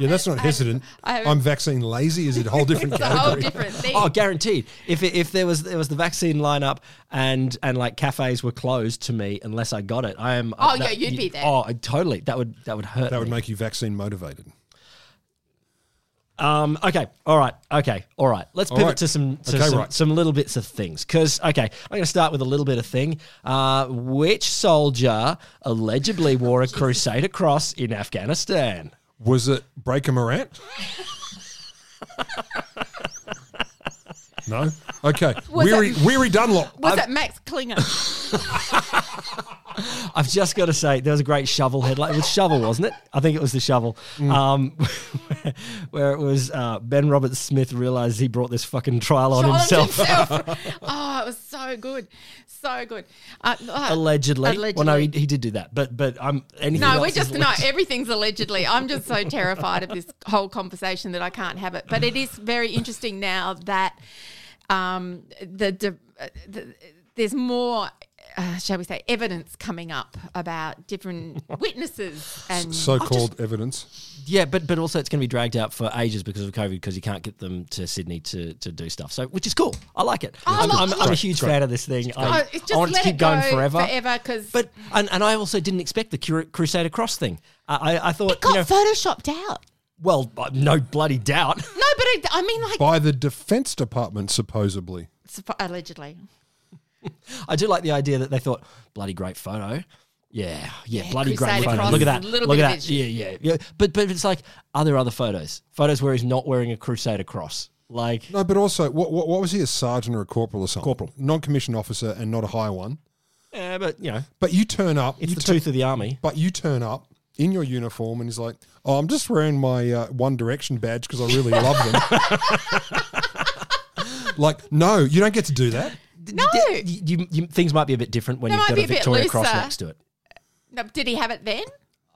[SPEAKER 8] that's not hesitant.
[SPEAKER 9] I have-
[SPEAKER 8] I'm vaccine lazy is a whole
[SPEAKER 9] *laughs* *laughs*
[SPEAKER 8] different
[SPEAKER 9] it's a whole
[SPEAKER 8] category.
[SPEAKER 9] different thing.
[SPEAKER 7] oh, guaranteed. If it- if there was there was the vaccine lineup and and like cafes were closed to me unless I got it, I am.
[SPEAKER 9] Oh, yeah, you'd be there.
[SPEAKER 7] Oh, I- totally. That would that would hurt.
[SPEAKER 8] That would
[SPEAKER 7] me.
[SPEAKER 8] make you vaccine motivated.
[SPEAKER 7] Um, okay. All right. Okay. All right. Let's
[SPEAKER 8] All
[SPEAKER 7] pivot
[SPEAKER 8] right.
[SPEAKER 7] to some to
[SPEAKER 8] Okay,
[SPEAKER 7] some,
[SPEAKER 8] right.
[SPEAKER 7] some little bits of things. Because okay, I'm going to start with a little bit of thing. Uh, which soldier
[SPEAKER 8] *laughs*
[SPEAKER 7] allegedly wore a Crusader cross in Afghanistan?
[SPEAKER 8] Was it Breaker Morant?
[SPEAKER 9] *laughs*
[SPEAKER 8] no? Okay.
[SPEAKER 9] Was it-
[SPEAKER 8] Weary, Weary Dunlop.
[SPEAKER 9] was it Max Klinger?
[SPEAKER 7] I've just got to say, there was a great shovel headline. It was shovel, wasn't it? I think it was the shovel. Um, *laughs* where, it was uh, Ben Robert Smith realized he brought this fucking trial on
[SPEAKER 9] Challenged *laughs*
[SPEAKER 7] himself. *laughs*
[SPEAKER 9] himself. oh, it was so good, so good. Uh, uh,
[SPEAKER 7] Allegedly. Well, no, he,
[SPEAKER 9] Allegedly.
[SPEAKER 7] he did do that, but but I'm anything.
[SPEAKER 9] No,
[SPEAKER 7] else
[SPEAKER 9] we're
[SPEAKER 7] is
[SPEAKER 9] just no.
[SPEAKER 7] alleged.
[SPEAKER 9] Everything's allegedly. I'm just so terrified of this whole conversation that I can't have it. But it is very interesting now that um, the, de- uh, the there's more, uh, shall we say, evidence coming up about
[SPEAKER 7] *laughs*
[SPEAKER 9] different witnesses and
[SPEAKER 8] So called evidence.
[SPEAKER 7] Yeah, but but also it's going to be dragged out for ages because of COVID because you can't get them to Sydney to, to do stuff. So which is cool. I like it.
[SPEAKER 9] Oh,
[SPEAKER 7] I'm,
[SPEAKER 9] look,
[SPEAKER 7] I'm,
[SPEAKER 9] look.
[SPEAKER 7] I'm a huge fan of this thing. I,
[SPEAKER 9] Oh, it's just
[SPEAKER 7] I want it to
[SPEAKER 9] let
[SPEAKER 7] keep
[SPEAKER 9] it
[SPEAKER 7] going
[SPEAKER 9] go
[SPEAKER 7] forever.
[SPEAKER 9] forever 'cause-
[SPEAKER 7] but and, and I also didn't expect the Cru- Crusader Cross thing. I I, I thought
[SPEAKER 9] got
[SPEAKER 7] you know,
[SPEAKER 9] photoshopped out.
[SPEAKER 7] well uh, no bloody doubt. *laughs*
[SPEAKER 9] No, but it, I mean, like
[SPEAKER 8] By the Defense Department, supposedly.
[SPEAKER 9] supp- allegedly.
[SPEAKER 7] I do like the idea that they thought bloody great photo. Yeah, yeah, bloody great
[SPEAKER 9] Crusader
[SPEAKER 7] photo.
[SPEAKER 9] Cross is
[SPEAKER 7] Look at
[SPEAKER 9] a
[SPEAKER 7] that.
[SPEAKER 9] little
[SPEAKER 7] Look
[SPEAKER 9] bit
[SPEAKER 7] at
[SPEAKER 9] of
[SPEAKER 7] that.
[SPEAKER 9] edgy.
[SPEAKER 7] Yeah, yeah, yeah. But but it's like are there other photos? Photos where he's not wearing a Crusader Cross. Like,
[SPEAKER 8] No, Uh, but also, what, what, what was he, a sergeant or a corporal or something?
[SPEAKER 7] Corporal.
[SPEAKER 8] Non commissioned officer and not a high one.
[SPEAKER 7] yeah, but you know,
[SPEAKER 8] But you turn up.
[SPEAKER 7] it's
[SPEAKER 8] you
[SPEAKER 7] the
[SPEAKER 8] turn-
[SPEAKER 7] tooth of the army.
[SPEAKER 8] But you turn up in your uniform and he's like, oh, I'm just wearing my uh, One Direction badge because I really love them. like, no, you don't get to do that.
[SPEAKER 9] No.
[SPEAKER 7] You- you- you- things might be a bit different when
[SPEAKER 9] They might
[SPEAKER 7] you've got
[SPEAKER 9] be
[SPEAKER 7] a
[SPEAKER 9] a bit
[SPEAKER 7] Victoria Cross
[SPEAKER 9] looser.
[SPEAKER 7] next to it.
[SPEAKER 9] No, Did he have it then?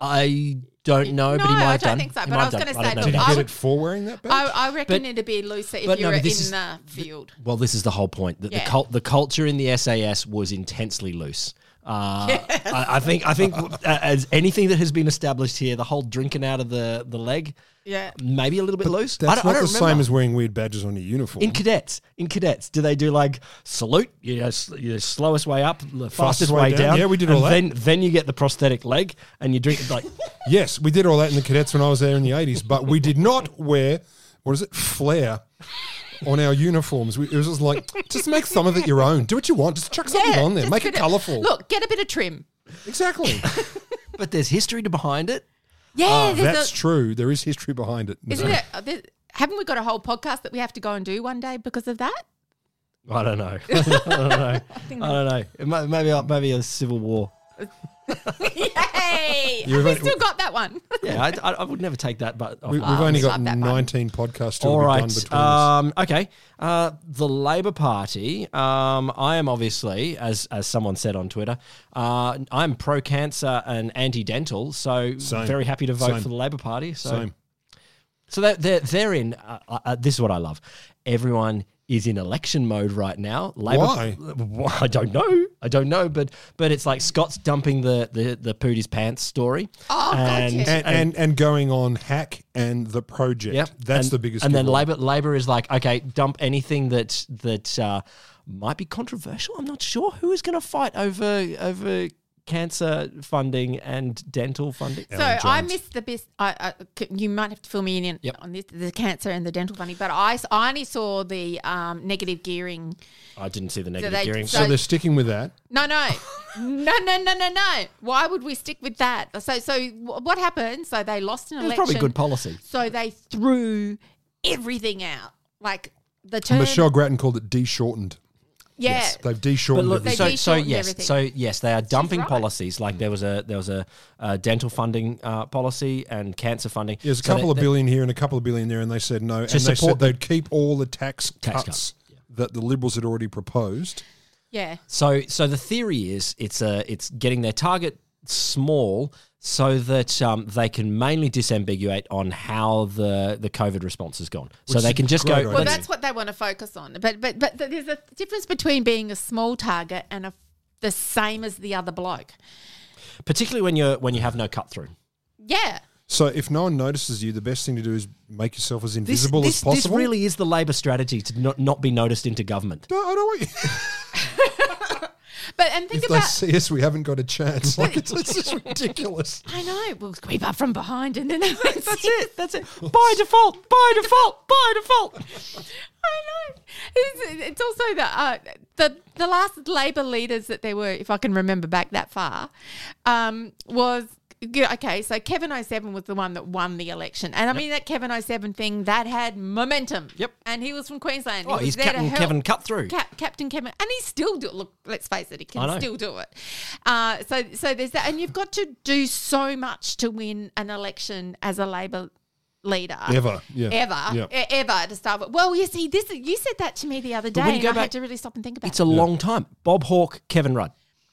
[SPEAKER 7] I don't know, Oh, but he
[SPEAKER 9] No,
[SPEAKER 7] might
[SPEAKER 9] I
[SPEAKER 7] have
[SPEAKER 9] don't
[SPEAKER 7] done.
[SPEAKER 9] think so,
[SPEAKER 7] He
[SPEAKER 9] but
[SPEAKER 7] might
[SPEAKER 9] I was
[SPEAKER 7] have
[SPEAKER 9] gonna
[SPEAKER 7] done. I
[SPEAKER 9] say,
[SPEAKER 7] don't
[SPEAKER 9] look,
[SPEAKER 8] Did
[SPEAKER 7] know.
[SPEAKER 8] you
[SPEAKER 9] I
[SPEAKER 8] get
[SPEAKER 9] would-
[SPEAKER 8] it for wearing that badge?
[SPEAKER 9] I, I reckon
[SPEAKER 7] But-
[SPEAKER 9] it'd be looser if
[SPEAKER 7] but
[SPEAKER 9] you
[SPEAKER 7] no,
[SPEAKER 9] were
[SPEAKER 7] but
[SPEAKER 9] in
[SPEAKER 7] this is-
[SPEAKER 9] the field.
[SPEAKER 7] Well, this is the whole point that the
[SPEAKER 9] Yeah.
[SPEAKER 7] cult, the culture in the SAS was intensely loose. Uh, I, I think I think uh, as anything that has been established here, the whole drinking out of the the leg,
[SPEAKER 9] Yeah.
[SPEAKER 7] maybe a little bit loose.
[SPEAKER 8] That's
[SPEAKER 7] I don't,
[SPEAKER 8] not
[SPEAKER 7] I don't
[SPEAKER 8] the
[SPEAKER 7] remember.
[SPEAKER 8] same as wearing weird badges on your uniform.
[SPEAKER 7] in cadets. In cadets, do they do like salute? You know, s- you know, slowest way up, the fastest, way, down.
[SPEAKER 8] Yeah, we did
[SPEAKER 7] and
[SPEAKER 8] all that.
[SPEAKER 7] Then then you get the prosthetic leg, and you drink like *laughs*
[SPEAKER 8] yes, we did all that in the cadets when I was there in the 80s, but we did not wear, what is it, flair on our uniforms. We, it was just like, just make some of it your own. Do what you want. Just chuck something
[SPEAKER 9] Yeah,
[SPEAKER 8] on there.
[SPEAKER 9] just
[SPEAKER 8] Make
[SPEAKER 9] a
[SPEAKER 8] it
[SPEAKER 9] bit of-
[SPEAKER 8] colourful.
[SPEAKER 9] Look, get a bit of trim.
[SPEAKER 8] exactly.
[SPEAKER 7] but there's history to behind it.
[SPEAKER 9] Yeah, there's
[SPEAKER 8] That's
[SPEAKER 9] a,
[SPEAKER 8] true. There is history behind it.
[SPEAKER 9] isn't it? uh, there- haven't we got a whole podcast that we have to go and do one day because of that?
[SPEAKER 7] I don't know. *laughs* I don't know. I don't know. It might, maybe I'll- maybe a civil war.
[SPEAKER 9] Yay! Have
[SPEAKER 8] You've
[SPEAKER 9] we
[SPEAKER 8] only-
[SPEAKER 9] still got that one?
[SPEAKER 7] Yeah, I, I, I would never take that. But
[SPEAKER 8] We, we've only got
[SPEAKER 9] love that one.
[SPEAKER 8] 19 podcasts to
[SPEAKER 7] all
[SPEAKER 8] be
[SPEAKER 7] right.
[SPEAKER 8] done between us.
[SPEAKER 7] um, Okay. Uh, the Labor Party. Um, I am obviously, as as someone said on Twitter, uh, I'm pro cancer and anti dental. So
[SPEAKER 8] Same.
[SPEAKER 7] very happy to vote
[SPEAKER 8] Same.
[SPEAKER 7] for the Labor Party. So
[SPEAKER 8] Same.
[SPEAKER 7] so they're they're, they're in. Uh, uh, this is what I love. Everyone is in election mode right now. Labor,
[SPEAKER 8] Why?
[SPEAKER 7] Why? *laughs* I don't know. I don't know. But but it's like Scott's dumping the the the poot his pants story.
[SPEAKER 9] Oh, God,
[SPEAKER 7] and,
[SPEAKER 9] yes.
[SPEAKER 8] And, and and going on hack and the project.
[SPEAKER 7] Yep,
[SPEAKER 8] That's
[SPEAKER 7] and,
[SPEAKER 8] the biggest.
[SPEAKER 7] And then
[SPEAKER 8] giveaway.
[SPEAKER 7] labor labor is like, okay, dump anything that that uh, might be controversial. I'm not sure who is going to fight over over cancer funding and dental funding.
[SPEAKER 9] So I missed the best. I, I, c- you might have to fill me in, in
[SPEAKER 7] Yep.
[SPEAKER 9] on this, the cancer and the dental funny. But I, s- I only saw the um, negative gearing.
[SPEAKER 7] I didn't see the negative
[SPEAKER 9] they-
[SPEAKER 7] gearing.
[SPEAKER 9] so-
[SPEAKER 8] So they're sticking with that.
[SPEAKER 9] No, no, no, no, no, no, no. Why would we stick with that? So, so wh- what happened? So they lost an
[SPEAKER 7] It's
[SPEAKER 9] election.
[SPEAKER 7] probably good policy.
[SPEAKER 9] So they threw everything out, like the
[SPEAKER 7] Mm.
[SPEAKER 9] term.
[SPEAKER 8] Michelle Grattan called it de-shortened.
[SPEAKER 9] yeah.
[SPEAKER 8] They've de-shortened
[SPEAKER 7] But
[SPEAKER 8] it.
[SPEAKER 7] look,
[SPEAKER 9] They
[SPEAKER 7] so,
[SPEAKER 9] do
[SPEAKER 7] so
[SPEAKER 9] shorten
[SPEAKER 7] yes,
[SPEAKER 9] everything.
[SPEAKER 7] so yes, they are dumping
[SPEAKER 9] right.
[SPEAKER 7] policies. Like there was a there was a, uh dental funding uh, policy and cancer funding.
[SPEAKER 8] There's a
[SPEAKER 7] So they-
[SPEAKER 8] couple of
[SPEAKER 7] they-
[SPEAKER 8] billion here and a couple of billion there, and they said no. And they
[SPEAKER 7] support
[SPEAKER 8] said they'd keep all the tax,
[SPEAKER 7] Tax
[SPEAKER 8] cuts,
[SPEAKER 7] cuts,
[SPEAKER 8] that the Liberals had already proposed.
[SPEAKER 9] yeah.
[SPEAKER 7] So, so the theory is it's a it's getting their target small so that um, they can mainly disambiguate on how the the COVID response has gone. so
[SPEAKER 8] Which
[SPEAKER 7] they
[SPEAKER 8] is
[SPEAKER 7] can just go.
[SPEAKER 8] great idea.
[SPEAKER 9] Well,
[SPEAKER 7] let's-
[SPEAKER 9] that's what they want to focus on. But but but th- there's a difference between being a small target and a the same as the other bloke.
[SPEAKER 7] particularly when you're when you have no cut through.
[SPEAKER 9] Yeah.
[SPEAKER 8] So if no one notices you, the best thing to do is make yourself as invisible
[SPEAKER 7] this,
[SPEAKER 8] as possible.
[SPEAKER 7] This really is the Labor strategy to not, not be noticed into government.
[SPEAKER 8] No, I don't want you.
[SPEAKER 9] But and think
[SPEAKER 8] if they
[SPEAKER 9] about
[SPEAKER 8] see us, we haven't got a chance. *laughs* Like it's, it's just ridiculous.
[SPEAKER 9] I know. We'll creep up from behind
[SPEAKER 7] *laughs*
[SPEAKER 9] and then that's it. That's it.
[SPEAKER 7] By default, by default, by default.
[SPEAKER 9] *laughs* I know. It's, it's also the, uh, the the last Labor leaders that there were, if I can remember back that far, um, was yeah, okay. So Kevin 07 was the one that won the election, and I mean that Kevin 07 thing that had momentum.
[SPEAKER 7] Yep.
[SPEAKER 9] And he was from Queensland. he
[SPEAKER 7] Oh,
[SPEAKER 9] was
[SPEAKER 7] he's
[SPEAKER 9] there to
[SPEAKER 7] Captain
[SPEAKER 9] help.
[SPEAKER 7] Kevin Cutthrough.
[SPEAKER 9] Cap- Captain Kevin, and he still do. Look, let's face it, he
[SPEAKER 7] I
[SPEAKER 9] can
[SPEAKER 7] know.
[SPEAKER 9] still do it. Uh, so, so there's that, and you've got to do so much to win an election as a Labor leader
[SPEAKER 8] Ever, yeah.
[SPEAKER 9] ever,
[SPEAKER 8] Yeah.
[SPEAKER 9] e- ever to start with. Well, you see, this you said that to me the other day,
[SPEAKER 7] when you
[SPEAKER 9] and
[SPEAKER 7] go
[SPEAKER 9] I
[SPEAKER 7] back-
[SPEAKER 9] had to really stop and think about
[SPEAKER 7] It's
[SPEAKER 9] it.
[SPEAKER 7] a long time. Bob Hawke, Kevin Rudd.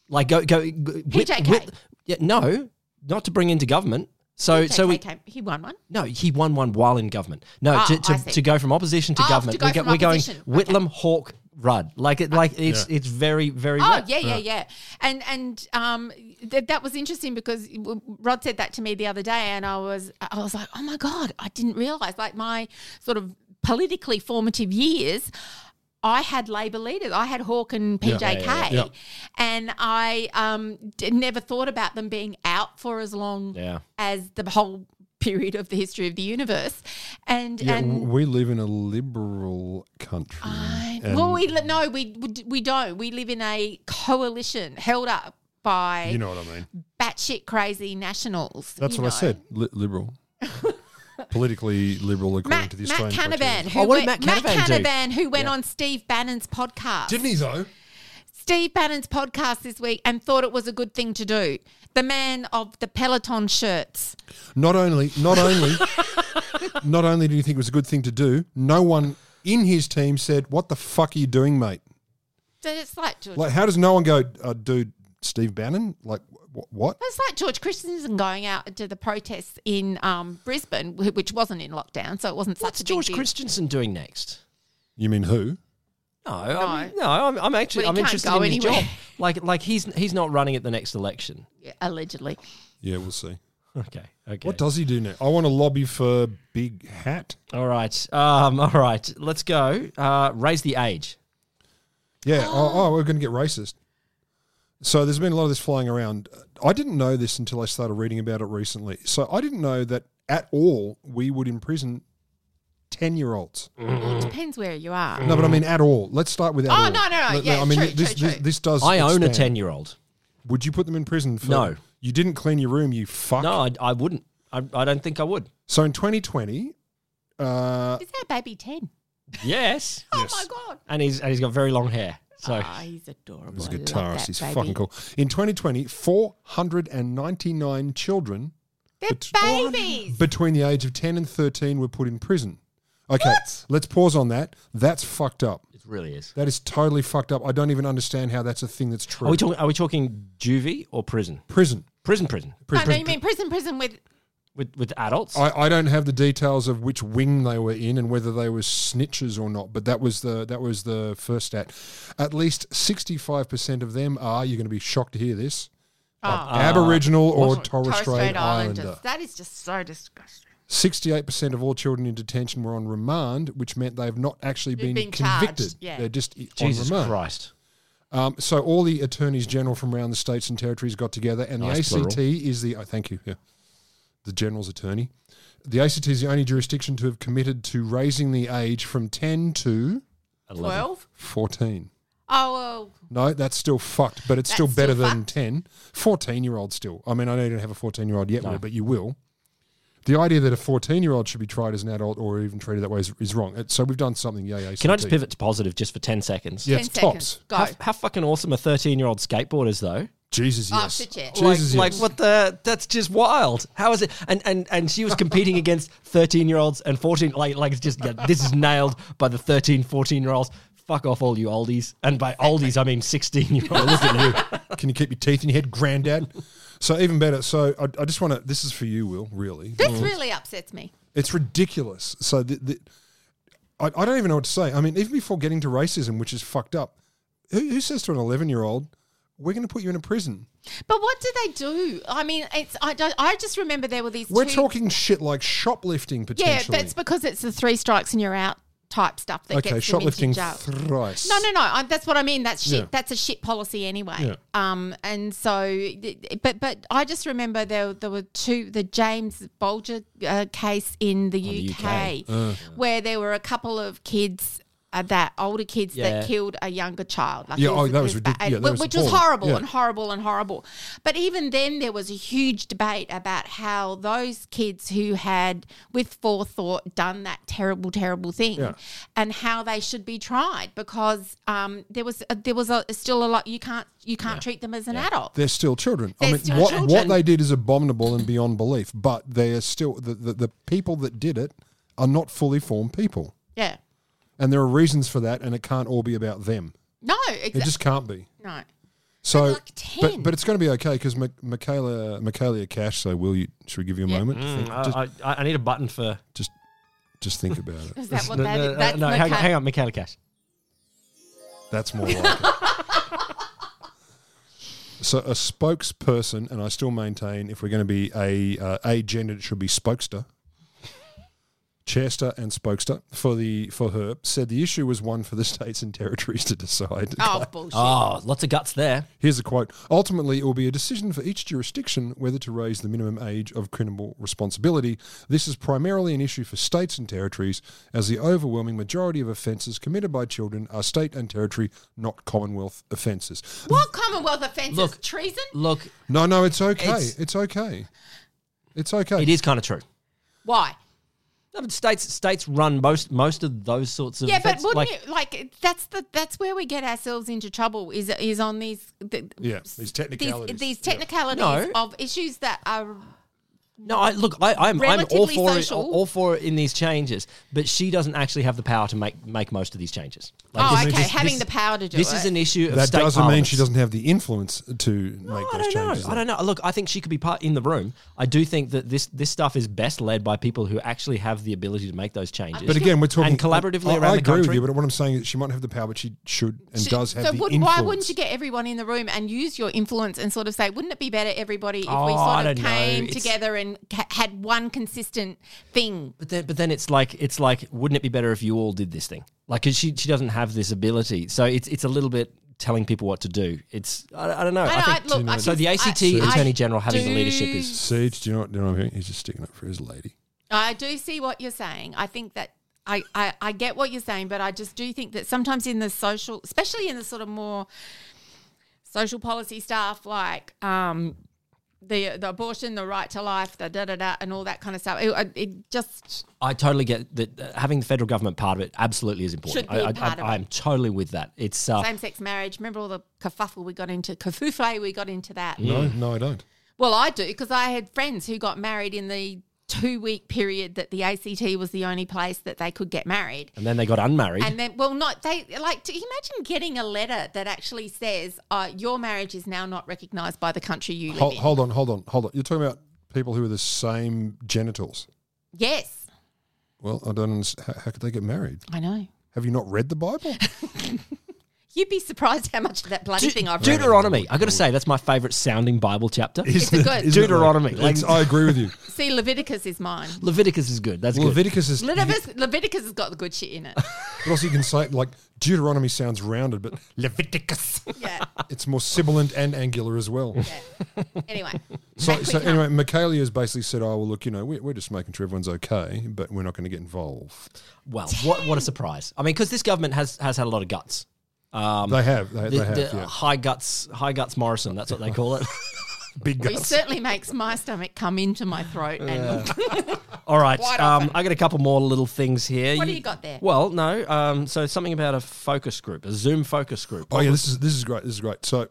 [SPEAKER 7] Like go go. go whip-
[SPEAKER 9] PJK.
[SPEAKER 7] whip- yeah, no, not to bring into government. So so we
[SPEAKER 9] Okay, he won one.
[SPEAKER 7] No, he won one while in government. No,
[SPEAKER 9] Ah,
[SPEAKER 7] to,
[SPEAKER 9] I
[SPEAKER 7] to,
[SPEAKER 9] see.
[SPEAKER 7] to go from opposition to
[SPEAKER 9] Oh, to
[SPEAKER 7] government,
[SPEAKER 9] go
[SPEAKER 7] we're, go-
[SPEAKER 9] from
[SPEAKER 7] we're going
[SPEAKER 9] opposition. Okay.
[SPEAKER 7] Whitlam, Hawke, Rudd. Like it, like it's it's very very.
[SPEAKER 9] Oh
[SPEAKER 7] right.
[SPEAKER 9] yeah, yeah, yeah, and and um, th- that was interesting because w- Rod said that to me the other day, and I was I was like, oh my god, I didn't realize like my sort of politically formative years. I had Labor leaders. I had Hawke and PJK,
[SPEAKER 8] yeah.
[SPEAKER 9] and I um, d- never thought about them being out for as long
[SPEAKER 7] Yeah.
[SPEAKER 9] as the whole period of the history of the universe. And
[SPEAKER 8] Yeah, w-
[SPEAKER 9] and
[SPEAKER 8] we live in a liberal country. and
[SPEAKER 9] well, we li- no, we we d- we don't. We live in a coalition held up by
[SPEAKER 8] you know what I mean.
[SPEAKER 9] batshit crazy nationals.
[SPEAKER 8] That's
[SPEAKER 9] you
[SPEAKER 8] what I
[SPEAKER 9] know.
[SPEAKER 8] said. Li- liberal. politically liberal according
[SPEAKER 9] Matt,
[SPEAKER 8] to the
[SPEAKER 9] Matt
[SPEAKER 8] Australian
[SPEAKER 9] Canavan,
[SPEAKER 8] protest.
[SPEAKER 9] who
[SPEAKER 7] Oh, what did
[SPEAKER 9] went,
[SPEAKER 7] Matt Canavan do?
[SPEAKER 9] Canavan, who went on Steve Bannon's podcast.
[SPEAKER 8] Didn't he though?
[SPEAKER 9] Steve Bannon's podcast this week and thought it was a good thing to do. The man of the Peloton shirts.
[SPEAKER 8] Not only, not only, not only did he think it was a good thing to do. No one in his team said, "What the fuck are you doing, mate?"
[SPEAKER 9] So it's like George.
[SPEAKER 8] Like, how does no one go, uh, "Dude, Steve Bannon"? Like, wh- what?
[SPEAKER 9] it's like George Christensen going out to the protests in um, Brisbane, wh- which wasn't in lockdown, so it wasn't such
[SPEAKER 7] What's
[SPEAKER 9] a big
[SPEAKER 7] George
[SPEAKER 9] deal.
[SPEAKER 7] Christensen doing next?
[SPEAKER 8] You mean who?
[SPEAKER 7] No, I'm, no, I'm, I'm actually
[SPEAKER 9] Well,
[SPEAKER 7] I'm
[SPEAKER 9] he can't
[SPEAKER 7] interested
[SPEAKER 9] go
[SPEAKER 7] in his
[SPEAKER 9] anywhere.
[SPEAKER 7] job. Like, like he's he's not running at the next election. *laughs*
[SPEAKER 9] Yeah, allegedly.
[SPEAKER 8] Yeah, we'll see.
[SPEAKER 7] Okay, okay.
[SPEAKER 8] What does he do now? I want to lobby for Big Hat.
[SPEAKER 7] all right, um, all right. Let's go. Uh, raise the age.
[SPEAKER 8] Yeah. Oh, oh, we're going to get racist. So there's been a lot of this flying around. I didn't know this until I started reading about it recently. So I didn't know that at all we would imprison 10 year olds.
[SPEAKER 9] Well, it depends where you are.
[SPEAKER 8] No, but I mean at all. Let's start with at
[SPEAKER 9] Oh,
[SPEAKER 8] all.
[SPEAKER 9] no, no, no.
[SPEAKER 8] Let-
[SPEAKER 9] Yeah,
[SPEAKER 8] I mean,
[SPEAKER 9] true,
[SPEAKER 8] this,
[SPEAKER 9] true,
[SPEAKER 8] this,
[SPEAKER 9] true.
[SPEAKER 8] this does.
[SPEAKER 7] I own a
[SPEAKER 8] expand.
[SPEAKER 7] ten year old.
[SPEAKER 8] Would you put them in prison for.
[SPEAKER 7] No.
[SPEAKER 8] You didn't clean your room, you fuck.
[SPEAKER 7] No, I, I wouldn't. I, I don't think I would.
[SPEAKER 8] So in 2020, uh,
[SPEAKER 9] Is that baby 10?
[SPEAKER 7] Yes,
[SPEAKER 9] Oh, my God.
[SPEAKER 7] and he's and he's got very long hair. So
[SPEAKER 9] Ah, he's adorable.
[SPEAKER 8] He's a
[SPEAKER 9] I love
[SPEAKER 8] guitarist.
[SPEAKER 9] that
[SPEAKER 8] He's
[SPEAKER 9] baby.
[SPEAKER 8] fucking cool. In 2020, 499 children
[SPEAKER 9] They're
[SPEAKER 8] bet-
[SPEAKER 9] babies.
[SPEAKER 8] between the age of 10 and 13 were put in prison. Okay, let's pause on that. That's fucked up.
[SPEAKER 7] it really is.
[SPEAKER 8] That is totally fucked up. I don't even understand how that's a thing that's true.
[SPEAKER 7] Are we talking? Are we talking juvie or prison?
[SPEAKER 8] prison?
[SPEAKER 7] Prison, prison
[SPEAKER 9] I
[SPEAKER 8] Prison.
[SPEAKER 9] know you mean prison, prison with.
[SPEAKER 7] with with adults.
[SPEAKER 8] I, I don't have the details of which wing they were in and whether they were snitches or not, but that was the that was the first stat. At least 65% of them are, you're going to be shocked to hear this,
[SPEAKER 9] Ah.
[SPEAKER 8] Aboriginal or Torres, Strait, Islander.
[SPEAKER 9] That is just so disgusting.
[SPEAKER 8] 68% of all children in detention were on remand, which meant they've not actually
[SPEAKER 9] They've been
[SPEAKER 8] been,
[SPEAKER 9] charged,
[SPEAKER 8] convicted.
[SPEAKER 9] yeah.
[SPEAKER 8] They're just i-
[SPEAKER 7] Jesus
[SPEAKER 8] on remand.
[SPEAKER 7] Christ.
[SPEAKER 8] Um, so all the attorneys general from around the states and territories got together, and
[SPEAKER 7] Nice
[SPEAKER 8] the ACT
[SPEAKER 7] plural.
[SPEAKER 8] is the. Oh, thank you. Yeah, the general's attorney. The ACT is the only jurisdiction to have committed to raising the age from 10 to
[SPEAKER 7] 11.
[SPEAKER 9] 12?
[SPEAKER 8] 14.
[SPEAKER 9] Oh, well,
[SPEAKER 8] No, that's still fucked, but it's still
[SPEAKER 9] That's
[SPEAKER 8] better
[SPEAKER 9] still
[SPEAKER 8] than
[SPEAKER 9] fucked.
[SPEAKER 8] 10. 14 year old still. I mean, I know you don't have a 14 year old yet, Will, but you will. The idea that a 14 year old should be tried as an adult or even treated that way is, is wrong. It- So we've done something. Yeah, yeah.
[SPEAKER 7] Can I just pivot to positive just for 10 seconds?
[SPEAKER 8] Yeah,
[SPEAKER 9] 10
[SPEAKER 8] it's
[SPEAKER 9] seconds.
[SPEAKER 8] tops.
[SPEAKER 9] Go.
[SPEAKER 7] How, how fucking awesome are 13 year old skateboarders, though?
[SPEAKER 8] Jesus,
[SPEAKER 9] Oh,
[SPEAKER 8] yes.
[SPEAKER 9] shit, yeah.
[SPEAKER 8] Jesus,
[SPEAKER 7] like,
[SPEAKER 8] yes.
[SPEAKER 7] like, what the? That's just wild. How is it? And and, and she was competing against 13 year olds and 14. Like, like it's just, yeah, this is nailed by the 13, 14 year olds. Fuck off, all you oldies. And by oldies, I mean 16 year olds.
[SPEAKER 8] Look
[SPEAKER 7] *laughs*
[SPEAKER 8] at you. Can you keep your teeth in your head, granddad? So even better. So I, I just want to. This is for you, Will. Really,
[SPEAKER 9] this really upsets me.
[SPEAKER 8] it's ridiculous. So the, the, I, I don't even know what to say. I mean, even before getting to racism, which is fucked up, who, who says to an eleven-year-old, "We're going to put you in a prison"?
[SPEAKER 9] But what do they do? I mean, it's I don't. I just remember there were these.
[SPEAKER 8] We're
[SPEAKER 9] two,
[SPEAKER 8] talking shit like shoplifting
[SPEAKER 9] Yeah,
[SPEAKER 8] potentially.
[SPEAKER 9] but it's because it's the three strikes and you're out type stuff that
[SPEAKER 8] okay,
[SPEAKER 9] gets them into
[SPEAKER 8] shoplifting
[SPEAKER 9] jail.
[SPEAKER 8] thrice.
[SPEAKER 9] No, no, no. I, that's what I mean. That's shit.
[SPEAKER 8] Yeah.
[SPEAKER 9] That's a shit policy anyway. Um, and so, but but I just remember there there were two the James Bolger uh, case in the
[SPEAKER 8] Oh,
[SPEAKER 7] the
[SPEAKER 9] UK,
[SPEAKER 8] Uh.
[SPEAKER 9] where there were a couple of kids. Uh, that older kids
[SPEAKER 7] Yeah.
[SPEAKER 9] that killed a younger child, like
[SPEAKER 8] Yeah,
[SPEAKER 9] it
[SPEAKER 8] oh, that
[SPEAKER 9] it
[SPEAKER 8] was ridic-
[SPEAKER 9] ba-
[SPEAKER 8] yeah, that was
[SPEAKER 9] which was
[SPEAKER 8] appalling.
[SPEAKER 9] horrible
[SPEAKER 8] Yeah.
[SPEAKER 9] and horrible and horrible. But even then, there was a huge debate about how those kids who had, with forethought, done that terrible, terrible thing,
[SPEAKER 8] Yeah.
[SPEAKER 9] and how they should be tried because um, there was a, there was a, still a lot you can't you can't treat them as an adult.
[SPEAKER 8] They're still children. I
[SPEAKER 9] They're
[SPEAKER 8] mean,
[SPEAKER 9] still
[SPEAKER 8] what, what
[SPEAKER 9] children.
[SPEAKER 8] they did is abominable and beyond belief, but they are still the, the, the people that did it are not fully formed people.
[SPEAKER 9] yeah,
[SPEAKER 8] and there are reasons for that, and it can't all be about them.
[SPEAKER 9] no,
[SPEAKER 8] It
[SPEAKER 9] exactly.
[SPEAKER 8] just can't be.
[SPEAKER 9] no.
[SPEAKER 8] So,
[SPEAKER 9] like 10.
[SPEAKER 8] but but it's going to be okay because Michaela Michaela Cash. So, will you? Should we give you a moment? to think? just,
[SPEAKER 7] Mm, I, I, I need a button for.
[SPEAKER 8] just just think about it.
[SPEAKER 9] Is that what
[SPEAKER 7] no,
[SPEAKER 9] that?
[SPEAKER 7] no,
[SPEAKER 9] that's
[SPEAKER 7] no,
[SPEAKER 9] the
[SPEAKER 7] hang,
[SPEAKER 9] cut-
[SPEAKER 7] on, hang on, Michaela Cash.
[SPEAKER 8] That's more like it. So, a spokesperson, and I still maintain if we're going to be a uh, a gender, it should be spokester. Chester and spokester for the for her said the issue was one for the *laughs* states and territories to decide.
[SPEAKER 9] Oh bullshit!
[SPEAKER 7] Oh, lots of guts there.
[SPEAKER 8] Here's a quote Ultimately, it will be a decision for each jurisdiction whether to raise the minimum age of criminal responsibility. This is primarily an issue for states and territories, as the overwhelming majority of offences committed by children are state and territory, not Commonwealth offences. Oh,
[SPEAKER 9] What Commonwealth offences?
[SPEAKER 7] Look.
[SPEAKER 9] treason.
[SPEAKER 7] Look,
[SPEAKER 8] No, no, it's okay. It's,
[SPEAKER 7] It's-
[SPEAKER 8] okay. It's okay.
[SPEAKER 7] it is kind of true.
[SPEAKER 9] Why?
[SPEAKER 7] No, but states states run most most of those sorts of
[SPEAKER 9] Yeah, but
[SPEAKER 7] events,
[SPEAKER 9] wouldn't
[SPEAKER 7] like-
[SPEAKER 9] you like that's the that's where we get ourselves into trouble is is on these the,
[SPEAKER 10] Yeah, these technicalities.
[SPEAKER 9] these, these technicalities
[SPEAKER 7] No.
[SPEAKER 9] of issues that are
[SPEAKER 7] No, I look, I, I'm I'm all
[SPEAKER 9] Relatively
[SPEAKER 7] for
[SPEAKER 9] social.
[SPEAKER 7] all for in these changes, but she doesn't actually have the power to make make most of these changes. Like,
[SPEAKER 9] oh
[SPEAKER 7] this-
[SPEAKER 9] okay
[SPEAKER 7] this-
[SPEAKER 9] having
[SPEAKER 7] this-
[SPEAKER 9] the power to do
[SPEAKER 7] This
[SPEAKER 9] it.
[SPEAKER 7] is an issue of
[SPEAKER 10] that
[SPEAKER 7] state
[SPEAKER 10] doesn't mean she
[SPEAKER 7] parliaments.
[SPEAKER 10] doesn't have the influence to make
[SPEAKER 7] I
[SPEAKER 10] those
[SPEAKER 7] don't
[SPEAKER 10] changes.
[SPEAKER 7] know. I don't know. Look, I think she could be part in the room. I do think that this this stuff is best led by people who actually have the ability to make those changes.
[SPEAKER 10] But again, we're talking
[SPEAKER 7] and collaboratively
[SPEAKER 10] I,
[SPEAKER 7] around
[SPEAKER 10] I
[SPEAKER 7] the
[SPEAKER 10] agree
[SPEAKER 7] country.
[SPEAKER 10] with you, but what I'm saying is she might have the power, but she should and
[SPEAKER 9] Sh-
[SPEAKER 10] does have
[SPEAKER 9] so
[SPEAKER 10] the
[SPEAKER 9] would,
[SPEAKER 10] influence.
[SPEAKER 9] why wouldn't you get everyone in the room and use your influence and sort of say, wouldn't it be better everybody if we
[SPEAKER 7] Oh, I
[SPEAKER 9] sort of
[SPEAKER 7] don't know.
[SPEAKER 9] came
[SPEAKER 7] It's-
[SPEAKER 9] together and ca- had one consistent thing?
[SPEAKER 7] But then, but then it's like it's like, wouldn't it be better if you all did this thing? Like, 'cause she she doesn't have this ability, so it's it's a little bit telling people what to do. It's I, I don't know. I,
[SPEAKER 9] don't know,
[SPEAKER 7] think
[SPEAKER 9] I- look, I
[SPEAKER 7] so.
[SPEAKER 9] just-
[SPEAKER 7] The ACT
[SPEAKER 9] I- I
[SPEAKER 7] Attorney General having the leadership
[SPEAKER 9] do-
[SPEAKER 7] is
[SPEAKER 10] Siege, do you know what, do you know what I'm hearing? He's just sticking up for his lady.
[SPEAKER 9] I do see what you're saying. I think that I, I, I get what you're saying, but I just do think that sometimes in the social, especially in the sort of more social policy stuff like um, the the abortion, the right to life, the da da da, and all that kind of stuff, it, it just
[SPEAKER 7] I totally get that uh, having the federal government part of it absolutely is important.
[SPEAKER 9] Should be
[SPEAKER 7] I, I,
[SPEAKER 9] part
[SPEAKER 7] I,
[SPEAKER 9] of
[SPEAKER 7] I'm totally with that. It's
[SPEAKER 10] Ah.
[SPEAKER 7] uh,
[SPEAKER 9] same sex marriage. Remember all the kerfuffle we got into, kerfuffle we got into that.
[SPEAKER 10] No, no, I don't.
[SPEAKER 9] Well, I do because I had friends who got married in the two week period that the ACT was the only place that they could get married.
[SPEAKER 7] and then they got unmarried.
[SPEAKER 9] And then, well, not they like to imagine getting a letter that actually says uh, your marriage is now not recognised by the country you live
[SPEAKER 10] Hold,
[SPEAKER 9] in.
[SPEAKER 10] hold on, hold on, hold on. You're talking about people who are the same genitals.
[SPEAKER 9] Yes,
[SPEAKER 10] Well, I don't understand. How, how could they get married?
[SPEAKER 9] I know.
[SPEAKER 10] Have you not read the Bible?
[SPEAKER 9] You'd be surprised how much of that bloody
[SPEAKER 7] De-
[SPEAKER 9] thing I've read.
[SPEAKER 7] Deuteronomy. I got to say that's my favorite sounding Bible chapter.
[SPEAKER 9] It's a good.
[SPEAKER 10] Isn't it
[SPEAKER 7] Deuteronomy,
[SPEAKER 10] like-
[SPEAKER 7] like-
[SPEAKER 10] It's- I agree with you.
[SPEAKER 9] See, Leviticus is mine.
[SPEAKER 7] Leviticus is good. That's good.
[SPEAKER 10] Leviticus is.
[SPEAKER 9] Leviticus, Leviticus has got the good shit in it.
[SPEAKER 10] But also, you can say like Deuteronomy sounds rounded, but Leviticus.
[SPEAKER 9] *laughs* Yeah.
[SPEAKER 10] It's more sibilant and angular as well.
[SPEAKER 9] Anyway.
[SPEAKER 10] So,
[SPEAKER 9] back we
[SPEAKER 10] so
[SPEAKER 9] come.
[SPEAKER 10] anyway, Michaela has basically said, "Oh well, look, you know, we're, we're just making sure everyone's okay, but we're not going to get involved."
[SPEAKER 7] Well, what what a surprise! I mean, because this government has has had a lot of guts. Um,
[SPEAKER 10] They have, they,
[SPEAKER 7] the,
[SPEAKER 10] they have,
[SPEAKER 7] the
[SPEAKER 10] yeah.
[SPEAKER 7] high guts, high guts Morrison. That's what they call it.
[SPEAKER 10] *laughs* big
[SPEAKER 9] It certainly makes my stomach come into my throat and
[SPEAKER 7] All right,
[SPEAKER 9] Quite
[SPEAKER 7] um,
[SPEAKER 9] often.
[SPEAKER 7] I got a couple more little things here.
[SPEAKER 9] What do you got there?
[SPEAKER 7] Well, no, um, so something about a focus group, a Zoom focus group.
[SPEAKER 10] Oh yeah, this is this is great. This is great. So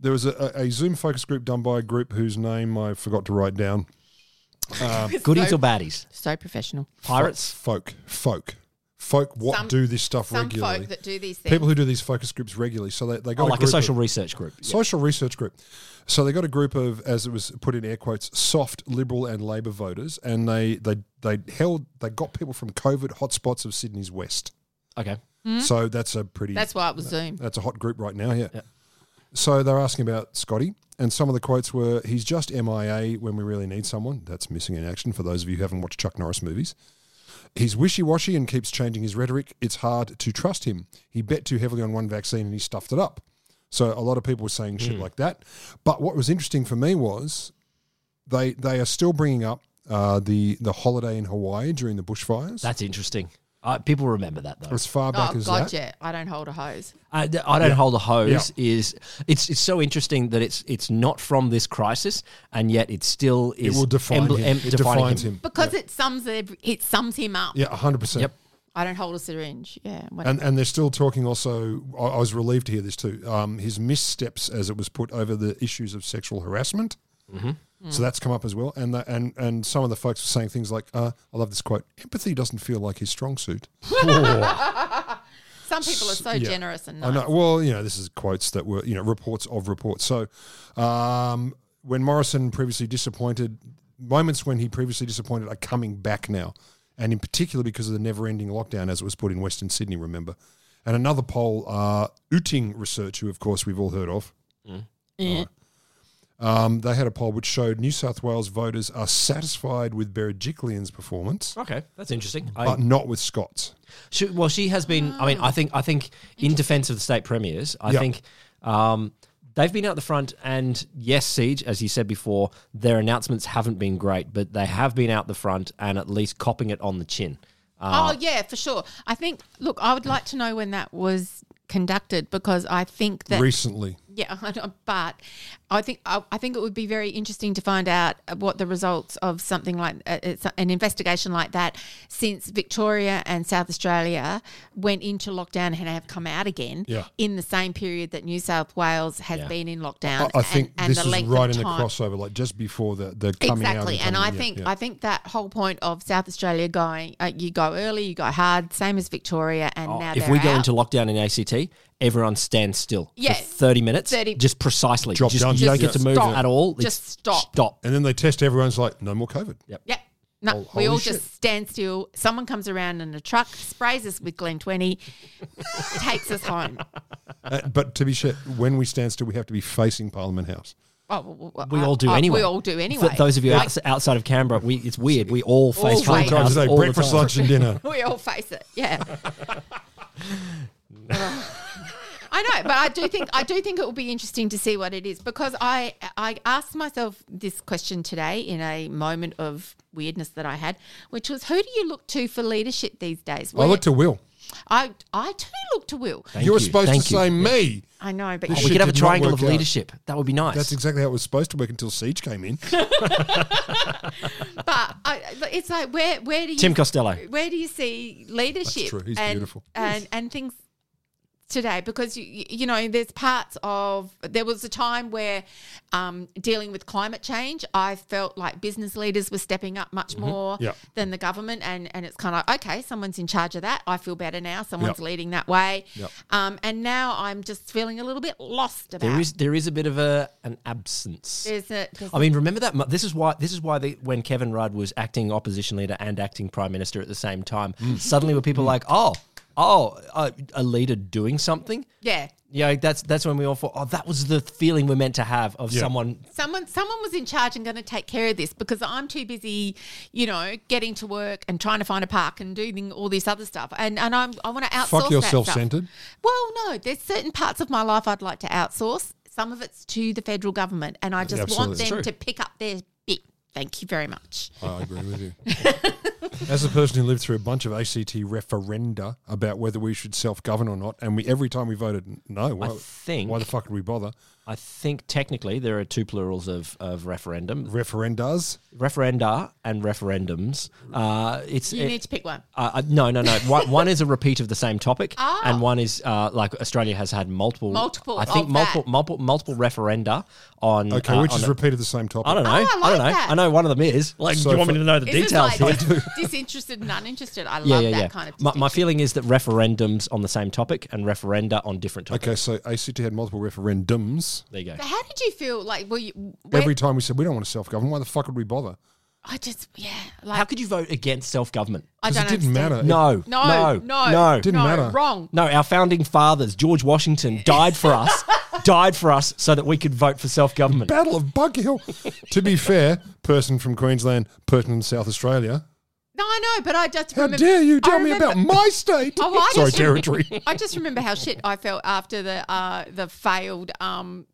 [SPEAKER 10] there was a, a a Zoom focus group done by a group whose name I forgot to write down.
[SPEAKER 7] Goodies or baddies?
[SPEAKER 9] so professional.
[SPEAKER 7] Pirates.
[SPEAKER 10] Folk, folk, folk. What
[SPEAKER 9] Some-
[SPEAKER 10] do this stuff
[SPEAKER 9] Some
[SPEAKER 10] regularly?
[SPEAKER 9] folk that do these things.
[SPEAKER 10] People who do these focus groups regularly. So they they got
[SPEAKER 7] Oh,
[SPEAKER 10] a
[SPEAKER 7] like a
[SPEAKER 10] group
[SPEAKER 7] social
[SPEAKER 10] of-
[SPEAKER 7] research group.
[SPEAKER 10] social research group. So they got a group of, as it was put in air quotes, soft Liberal and Labor voters, and they they they held they got people from COVID hotspots of Sydney's west.
[SPEAKER 7] Okay.
[SPEAKER 10] So that's a pretty
[SPEAKER 9] That's why it was Zoom.
[SPEAKER 10] that's a hot group right now. Yeah. So they're asking about Scotty, and some of the quotes were, "He's just MIA when we really need someone." That's missing in action for those of you who haven't watched Chuck Norris movies. He's wishy-washy and keeps changing his rhetoric. It's hard to trust him. He bet too heavily on one vaccine and he stuffed it up. So a lot of people were saying
[SPEAKER 7] Hmm.
[SPEAKER 10] shit like that. But what was interesting for me was they they are still bringing up uh, the the holiday in Hawaii during the bushfires.
[SPEAKER 7] That's interesting. Uh, people remember that though.
[SPEAKER 10] as far back
[SPEAKER 9] Oh
[SPEAKER 10] as
[SPEAKER 9] God,
[SPEAKER 10] that.
[SPEAKER 9] yeah. I don't hold a hose.
[SPEAKER 7] I, d- I don't hold a hose. Is it's it's so interesting that it's it's not from this crisis, and yet it still
[SPEAKER 10] It
[SPEAKER 7] is.
[SPEAKER 10] will define
[SPEAKER 7] emble-
[SPEAKER 10] him.
[SPEAKER 7] em-
[SPEAKER 10] It
[SPEAKER 7] defining
[SPEAKER 10] defines him.
[SPEAKER 9] Because it sums ev- it sums him up.
[SPEAKER 10] Yeah, hundred percent.
[SPEAKER 7] Yep.
[SPEAKER 9] I don't hold a syringe. Yeah. whatever.
[SPEAKER 10] And and they're still talking. Also, I, I was relieved to hear this too. Um, his missteps, as it was put, over the issues of sexual harassment. So that's come up as well. And the, and and some of the folks were saying things like, uh, "I love this quote: empathy doesn't feel like his strong suit."
[SPEAKER 9] Some people are so
[SPEAKER 10] Yeah.
[SPEAKER 9] generous and
[SPEAKER 10] I
[SPEAKER 9] nice.
[SPEAKER 10] know. Well, you know, this is quotes that were you know reports of reports. So um, when Morrison previously disappointed, moments when he previously disappointed are coming back now, and in particular because of the never-ending lockdown as it was put in Western Sydney. Remember, and another poll, uh, Uting Research, who of course we've all heard of. Alright. Um, they had a poll which showed New South Wales voters are satisfied with Berejiklian's performance,
[SPEAKER 7] Okay, that's interesting.
[SPEAKER 10] but
[SPEAKER 7] I,
[SPEAKER 10] not with Scott's.
[SPEAKER 7] she, well, she has been. I mean, I think I think in defence of the state premiers, I
[SPEAKER 10] Yeah.
[SPEAKER 7] think um, they've been out the front. And yes, siege, as you said before, their announcements haven't been great, but they have been out the front and at least copping it on the chin.
[SPEAKER 9] oh yeah, for sure. I think. Look, I would like to know when that was conducted because I think that
[SPEAKER 10] Recently,
[SPEAKER 9] Yeah, *laughs* I know, but I think I, I think it would be very interesting to find out what the results of something like uh, it's an investigation like that, since Victoria and South Australia went into lockdown and have come out again
[SPEAKER 10] Yeah.
[SPEAKER 9] in the same period that New South Wales has been in lockdown.
[SPEAKER 10] I, I think
[SPEAKER 9] and, and
[SPEAKER 10] this
[SPEAKER 9] the
[SPEAKER 10] is
[SPEAKER 9] length
[SPEAKER 10] right
[SPEAKER 9] of
[SPEAKER 10] in the
[SPEAKER 9] time-
[SPEAKER 10] crossover, like just before the, the coming out.
[SPEAKER 9] Exactly, and
[SPEAKER 10] coming
[SPEAKER 9] I
[SPEAKER 10] in, yeah,
[SPEAKER 9] think
[SPEAKER 10] yeah.
[SPEAKER 9] I think that whole point of South Australia going, uh, you go early, you go hard, same as Victoria, and now
[SPEAKER 7] Oh, if
[SPEAKER 9] they're
[SPEAKER 7] we go
[SPEAKER 9] out.
[SPEAKER 7] into lockdown in ACT, everyone stands still
[SPEAKER 9] Yeah.
[SPEAKER 7] for 30 minutes.
[SPEAKER 9] 30
[SPEAKER 7] Just precisely.
[SPEAKER 10] Drop
[SPEAKER 7] just,
[SPEAKER 10] down.
[SPEAKER 7] You don't
[SPEAKER 10] Just
[SPEAKER 7] get to move
[SPEAKER 9] stop.
[SPEAKER 7] at all.
[SPEAKER 9] Just
[SPEAKER 7] It's
[SPEAKER 9] stop.
[SPEAKER 7] Stop.
[SPEAKER 10] And then they test everyone's like, no more COVID.
[SPEAKER 9] Yep. No,
[SPEAKER 10] Hol-
[SPEAKER 9] we
[SPEAKER 10] holy
[SPEAKER 9] all
[SPEAKER 10] shit.
[SPEAKER 9] just stand still. Someone comes around in a truck, sprays us with Glen 20, takes us home.
[SPEAKER 10] Uh, but to be sure, when we stand still, we have to be facing Parliament House.
[SPEAKER 9] Oh, well, well,
[SPEAKER 7] We
[SPEAKER 9] I-
[SPEAKER 7] all do
[SPEAKER 9] I-
[SPEAKER 7] anyway.
[SPEAKER 9] We all do anyway.
[SPEAKER 7] For those of you
[SPEAKER 9] Like,
[SPEAKER 7] outs- outside of Canberra, we, it's weird. We all face
[SPEAKER 9] All
[SPEAKER 7] Parliament
[SPEAKER 9] face.
[SPEAKER 10] Times
[SPEAKER 7] House
[SPEAKER 10] a day,
[SPEAKER 7] all the
[SPEAKER 10] breakfast,
[SPEAKER 7] time.
[SPEAKER 10] lunch, and
[SPEAKER 7] *laughs*
[SPEAKER 10] dinner.
[SPEAKER 9] we all face it. Yeah. *laughs* I know, but I do think I do think it will be interesting to see what it is because I I asked myself this question today in a moment of weirdness that I had, which was who do you look to for leadership these days?
[SPEAKER 10] I look to Will.
[SPEAKER 9] I I too look to Will.
[SPEAKER 7] Thank
[SPEAKER 10] you were supposed
[SPEAKER 7] Thank
[SPEAKER 10] to
[SPEAKER 7] you.
[SPEAKER 10] say me.
[SPEAKER 9] I know, but
[SPEAKER 10] We
[SPEAKER 9] you-
[SPEAKER 7] We
[SPEAKER 10] Shit
[SPEAKER 7] could have a
[SPEAKER 10] did not
[SPEAKER 7] triangle
[SPEAKER 10] work
[SPEAKER 7] of
[SPEAKER 10] out.
[SPEAKER 7] leadership. That would be nice.
[SPEAKER 10] That's exactly how it was supposed to work until Siege came
[SPEAKER 7] *laughs*
[SPEAKER 10] in.
[SPEAKER 9] but I, but it's like where where do you
[SPEAKER 7] Tim Costello.
[SPEAKER 9] where do you see leadership
[SPEAKER 10] true. He's
[SPEAKER 9] and,
[SPEAKER 10] beautiful.
[SPEAKER 9] and and things today because you you know there's parts of there was a time where um, dealing with climate change I felt like business leaders were stepping up much more
[SPEAKER 10] Mm-hmm. Yeah.
[SPEAKER 9] than the government and and it's kind of like okay someone's in charge of that I feel better now someone's
[SPEAKER 10] Yeah.
[SPEAKER 9] leading that way
[SPEAKER 10] Yeah.
[SPEAKER 9] um, and now I'm just feeling a little bit lost about
[SPEAKER 7] There is there is a bit of a an absence.
[SPEAKER 9] there's a, there's
[SPEAKER 7] I mean, remember that mu- this is why this is why the, when Kevin Rudd was acting opposition leader and acting prime minister at the same time,
[SPEAKER 10] Hmm.
[SPEAKER 7] suddenly were people like, oh, oh, a, a leader doing something.
[SPEAKER 9] yeah
[SPEAKER 7] Yeah, that's that's when we all thought, oh, that was the feeling we're meant to have of someone.
[SPEAKER 9] someone someone was in charge and going to take care of this because I'm too busy, you know, getting to work and trying to find a park and doing all this other stuff. And and I'm I want to outsource.
[SPEAKER 10] Fuck
[SPEAKER 9] that
[SPEAKER 10] yourself,
[SPEAKER 9] stuff.
[SPEAKER 10] centered.
[SPEAKER 9] Well, no, there's certain parts of my life I'd like to outsource. Some of it's to the federal government, and I just
[SPEAKER 10] Absolutely.
[SPEAKER 9] want them
[SPEAKER 10] True.
[SPEAKER 9] to pick up their bit. Thank you very much.
[SPEAKER 10] I agree with you. As a person who lived through a bunch of ACT referenda about whether we should self-govern or not, and we every time we voted n- no, why,
[SPEAKER 7] think-
[SPEAKER 10] why the fuck did we bother?
[SPEAKER 7] I think technically there are two plurals of, of referendum,
[SPEAKER 10] Referendas.
[SPEAKER 7] referenda and referendums. Uh, it's
[SPEAKER 9] You
[SPEAKER 7] it-
[SPEAKER 9] need to pick one.
[SPEAKER 7] Uh, uh, no, no, no. One, one is a repeat of the
[SPEAKER 9] *laughs*
[SPEAKER 7] same topic, and one is uh, like Australia has had multiple,
[SPEAKER 9] Ah. Multiple
[SPEAKER 7] I think
[SPEAKER 9] of
[SPEAKER 7] multiple,
[SPEAKER 9] that.
[SPEAKER 7] multiple, multiple referenda on.
[SPEAKER 10] Okay,
[SPEAKER 7] uh,
[SPEAKER 10] which
[SPEAKER 7] on
[SPEAKER 10] is
[SPEAKER 7] a-
[SPEAKER 10] repeated the same topic.
[SPEAKER 7] I don't know.
[SPEAKER 9] Ah, I
[SPEAKER 7] I
[SPEAKER 9] like
[SPEAKER 7] don't know.
[SPEAKER 9] that.
[SPEAKER 7] I know one of them is. Like,
[SPEAKER 10] So
[SPEAKER 7] do you want
[SPEAKER 10] for-
[SPEAKER 7] me to know the
[SPEAKER 9] This is
[SPEAKER 7] details?
[SPEAKER 9] like
[SPEAKER 7] here?
[SPEAKER 9] dis- disinterested and uninterested. I love
[SPEAKER 7] *laughs* yeah, yeah,
[SPEAKER 9] that
[SPEAKER 7] yeah.
[SPEAKER 9] kind of.
[SPEAKER 7] my, my
[SPEAKER 9] distinction.
[SPEAKER 7] feeling is that referendums on the same topic and referenda on different topics.
[SPEAKER 10] Okay, so ACT had multiple referendums.
[SPEAKER 7] There you go.
[SPEAKER 9] But how did you feel? Like, were you? where-
[SPEAKER 10] Every time we said we don't want to self-govern, why the fuck would we bother?
[SPEAKER 9] I just, yeah. Like,
[SPEAKER 7] How could you vote against self government?
[SPEAKER 9] I
[SPEAKER 10] Because
[SPEAKER 9] don't
[SPEAKER 10] it didn't
[SPEAKER 9] understand.
[SPEAKER 10] matter.
[SPEAKER 7] No,
[SPEAKER 9] No,
[SPEAKER 7] no,
[SPEAKER 9] no,
[SPEAKER 7] no.
[SPEAKER 10] Didn't
[SPEAKER 9] no,
[SPEAKER 10] matter.
[SPEAKER 9] Wrong.
[SPEAKER 7] No, our founding fathers, George Washington, died for
[SPEAKER 9] *laughs*
[SPEAKER 7] us, died for us so that we could vote for self government.
[SPEAKER 10] Battle of Bug Hill. *laughs* to be fair, person from Queensland, person from South Australia.
[SPEAKER 9] No, I know, but I just
[SPEAKER 10] How
[SPEAKER 9] remember.
[SPEAKER 10] dare you tell
[SPEAKER 9] I
[SPEAKER 10] me
[SPEAKER 9] remember-
[SPEAKER 10] about my state?
[SPEAKER 9] Oh, I
[SPEAKER 10] Sorry,
[SPEAKER 9] just-
[SPEAKER 10] territory.
[SPEAKER 9] *laughs* I just remember how shit I felt after the uh, the failed um,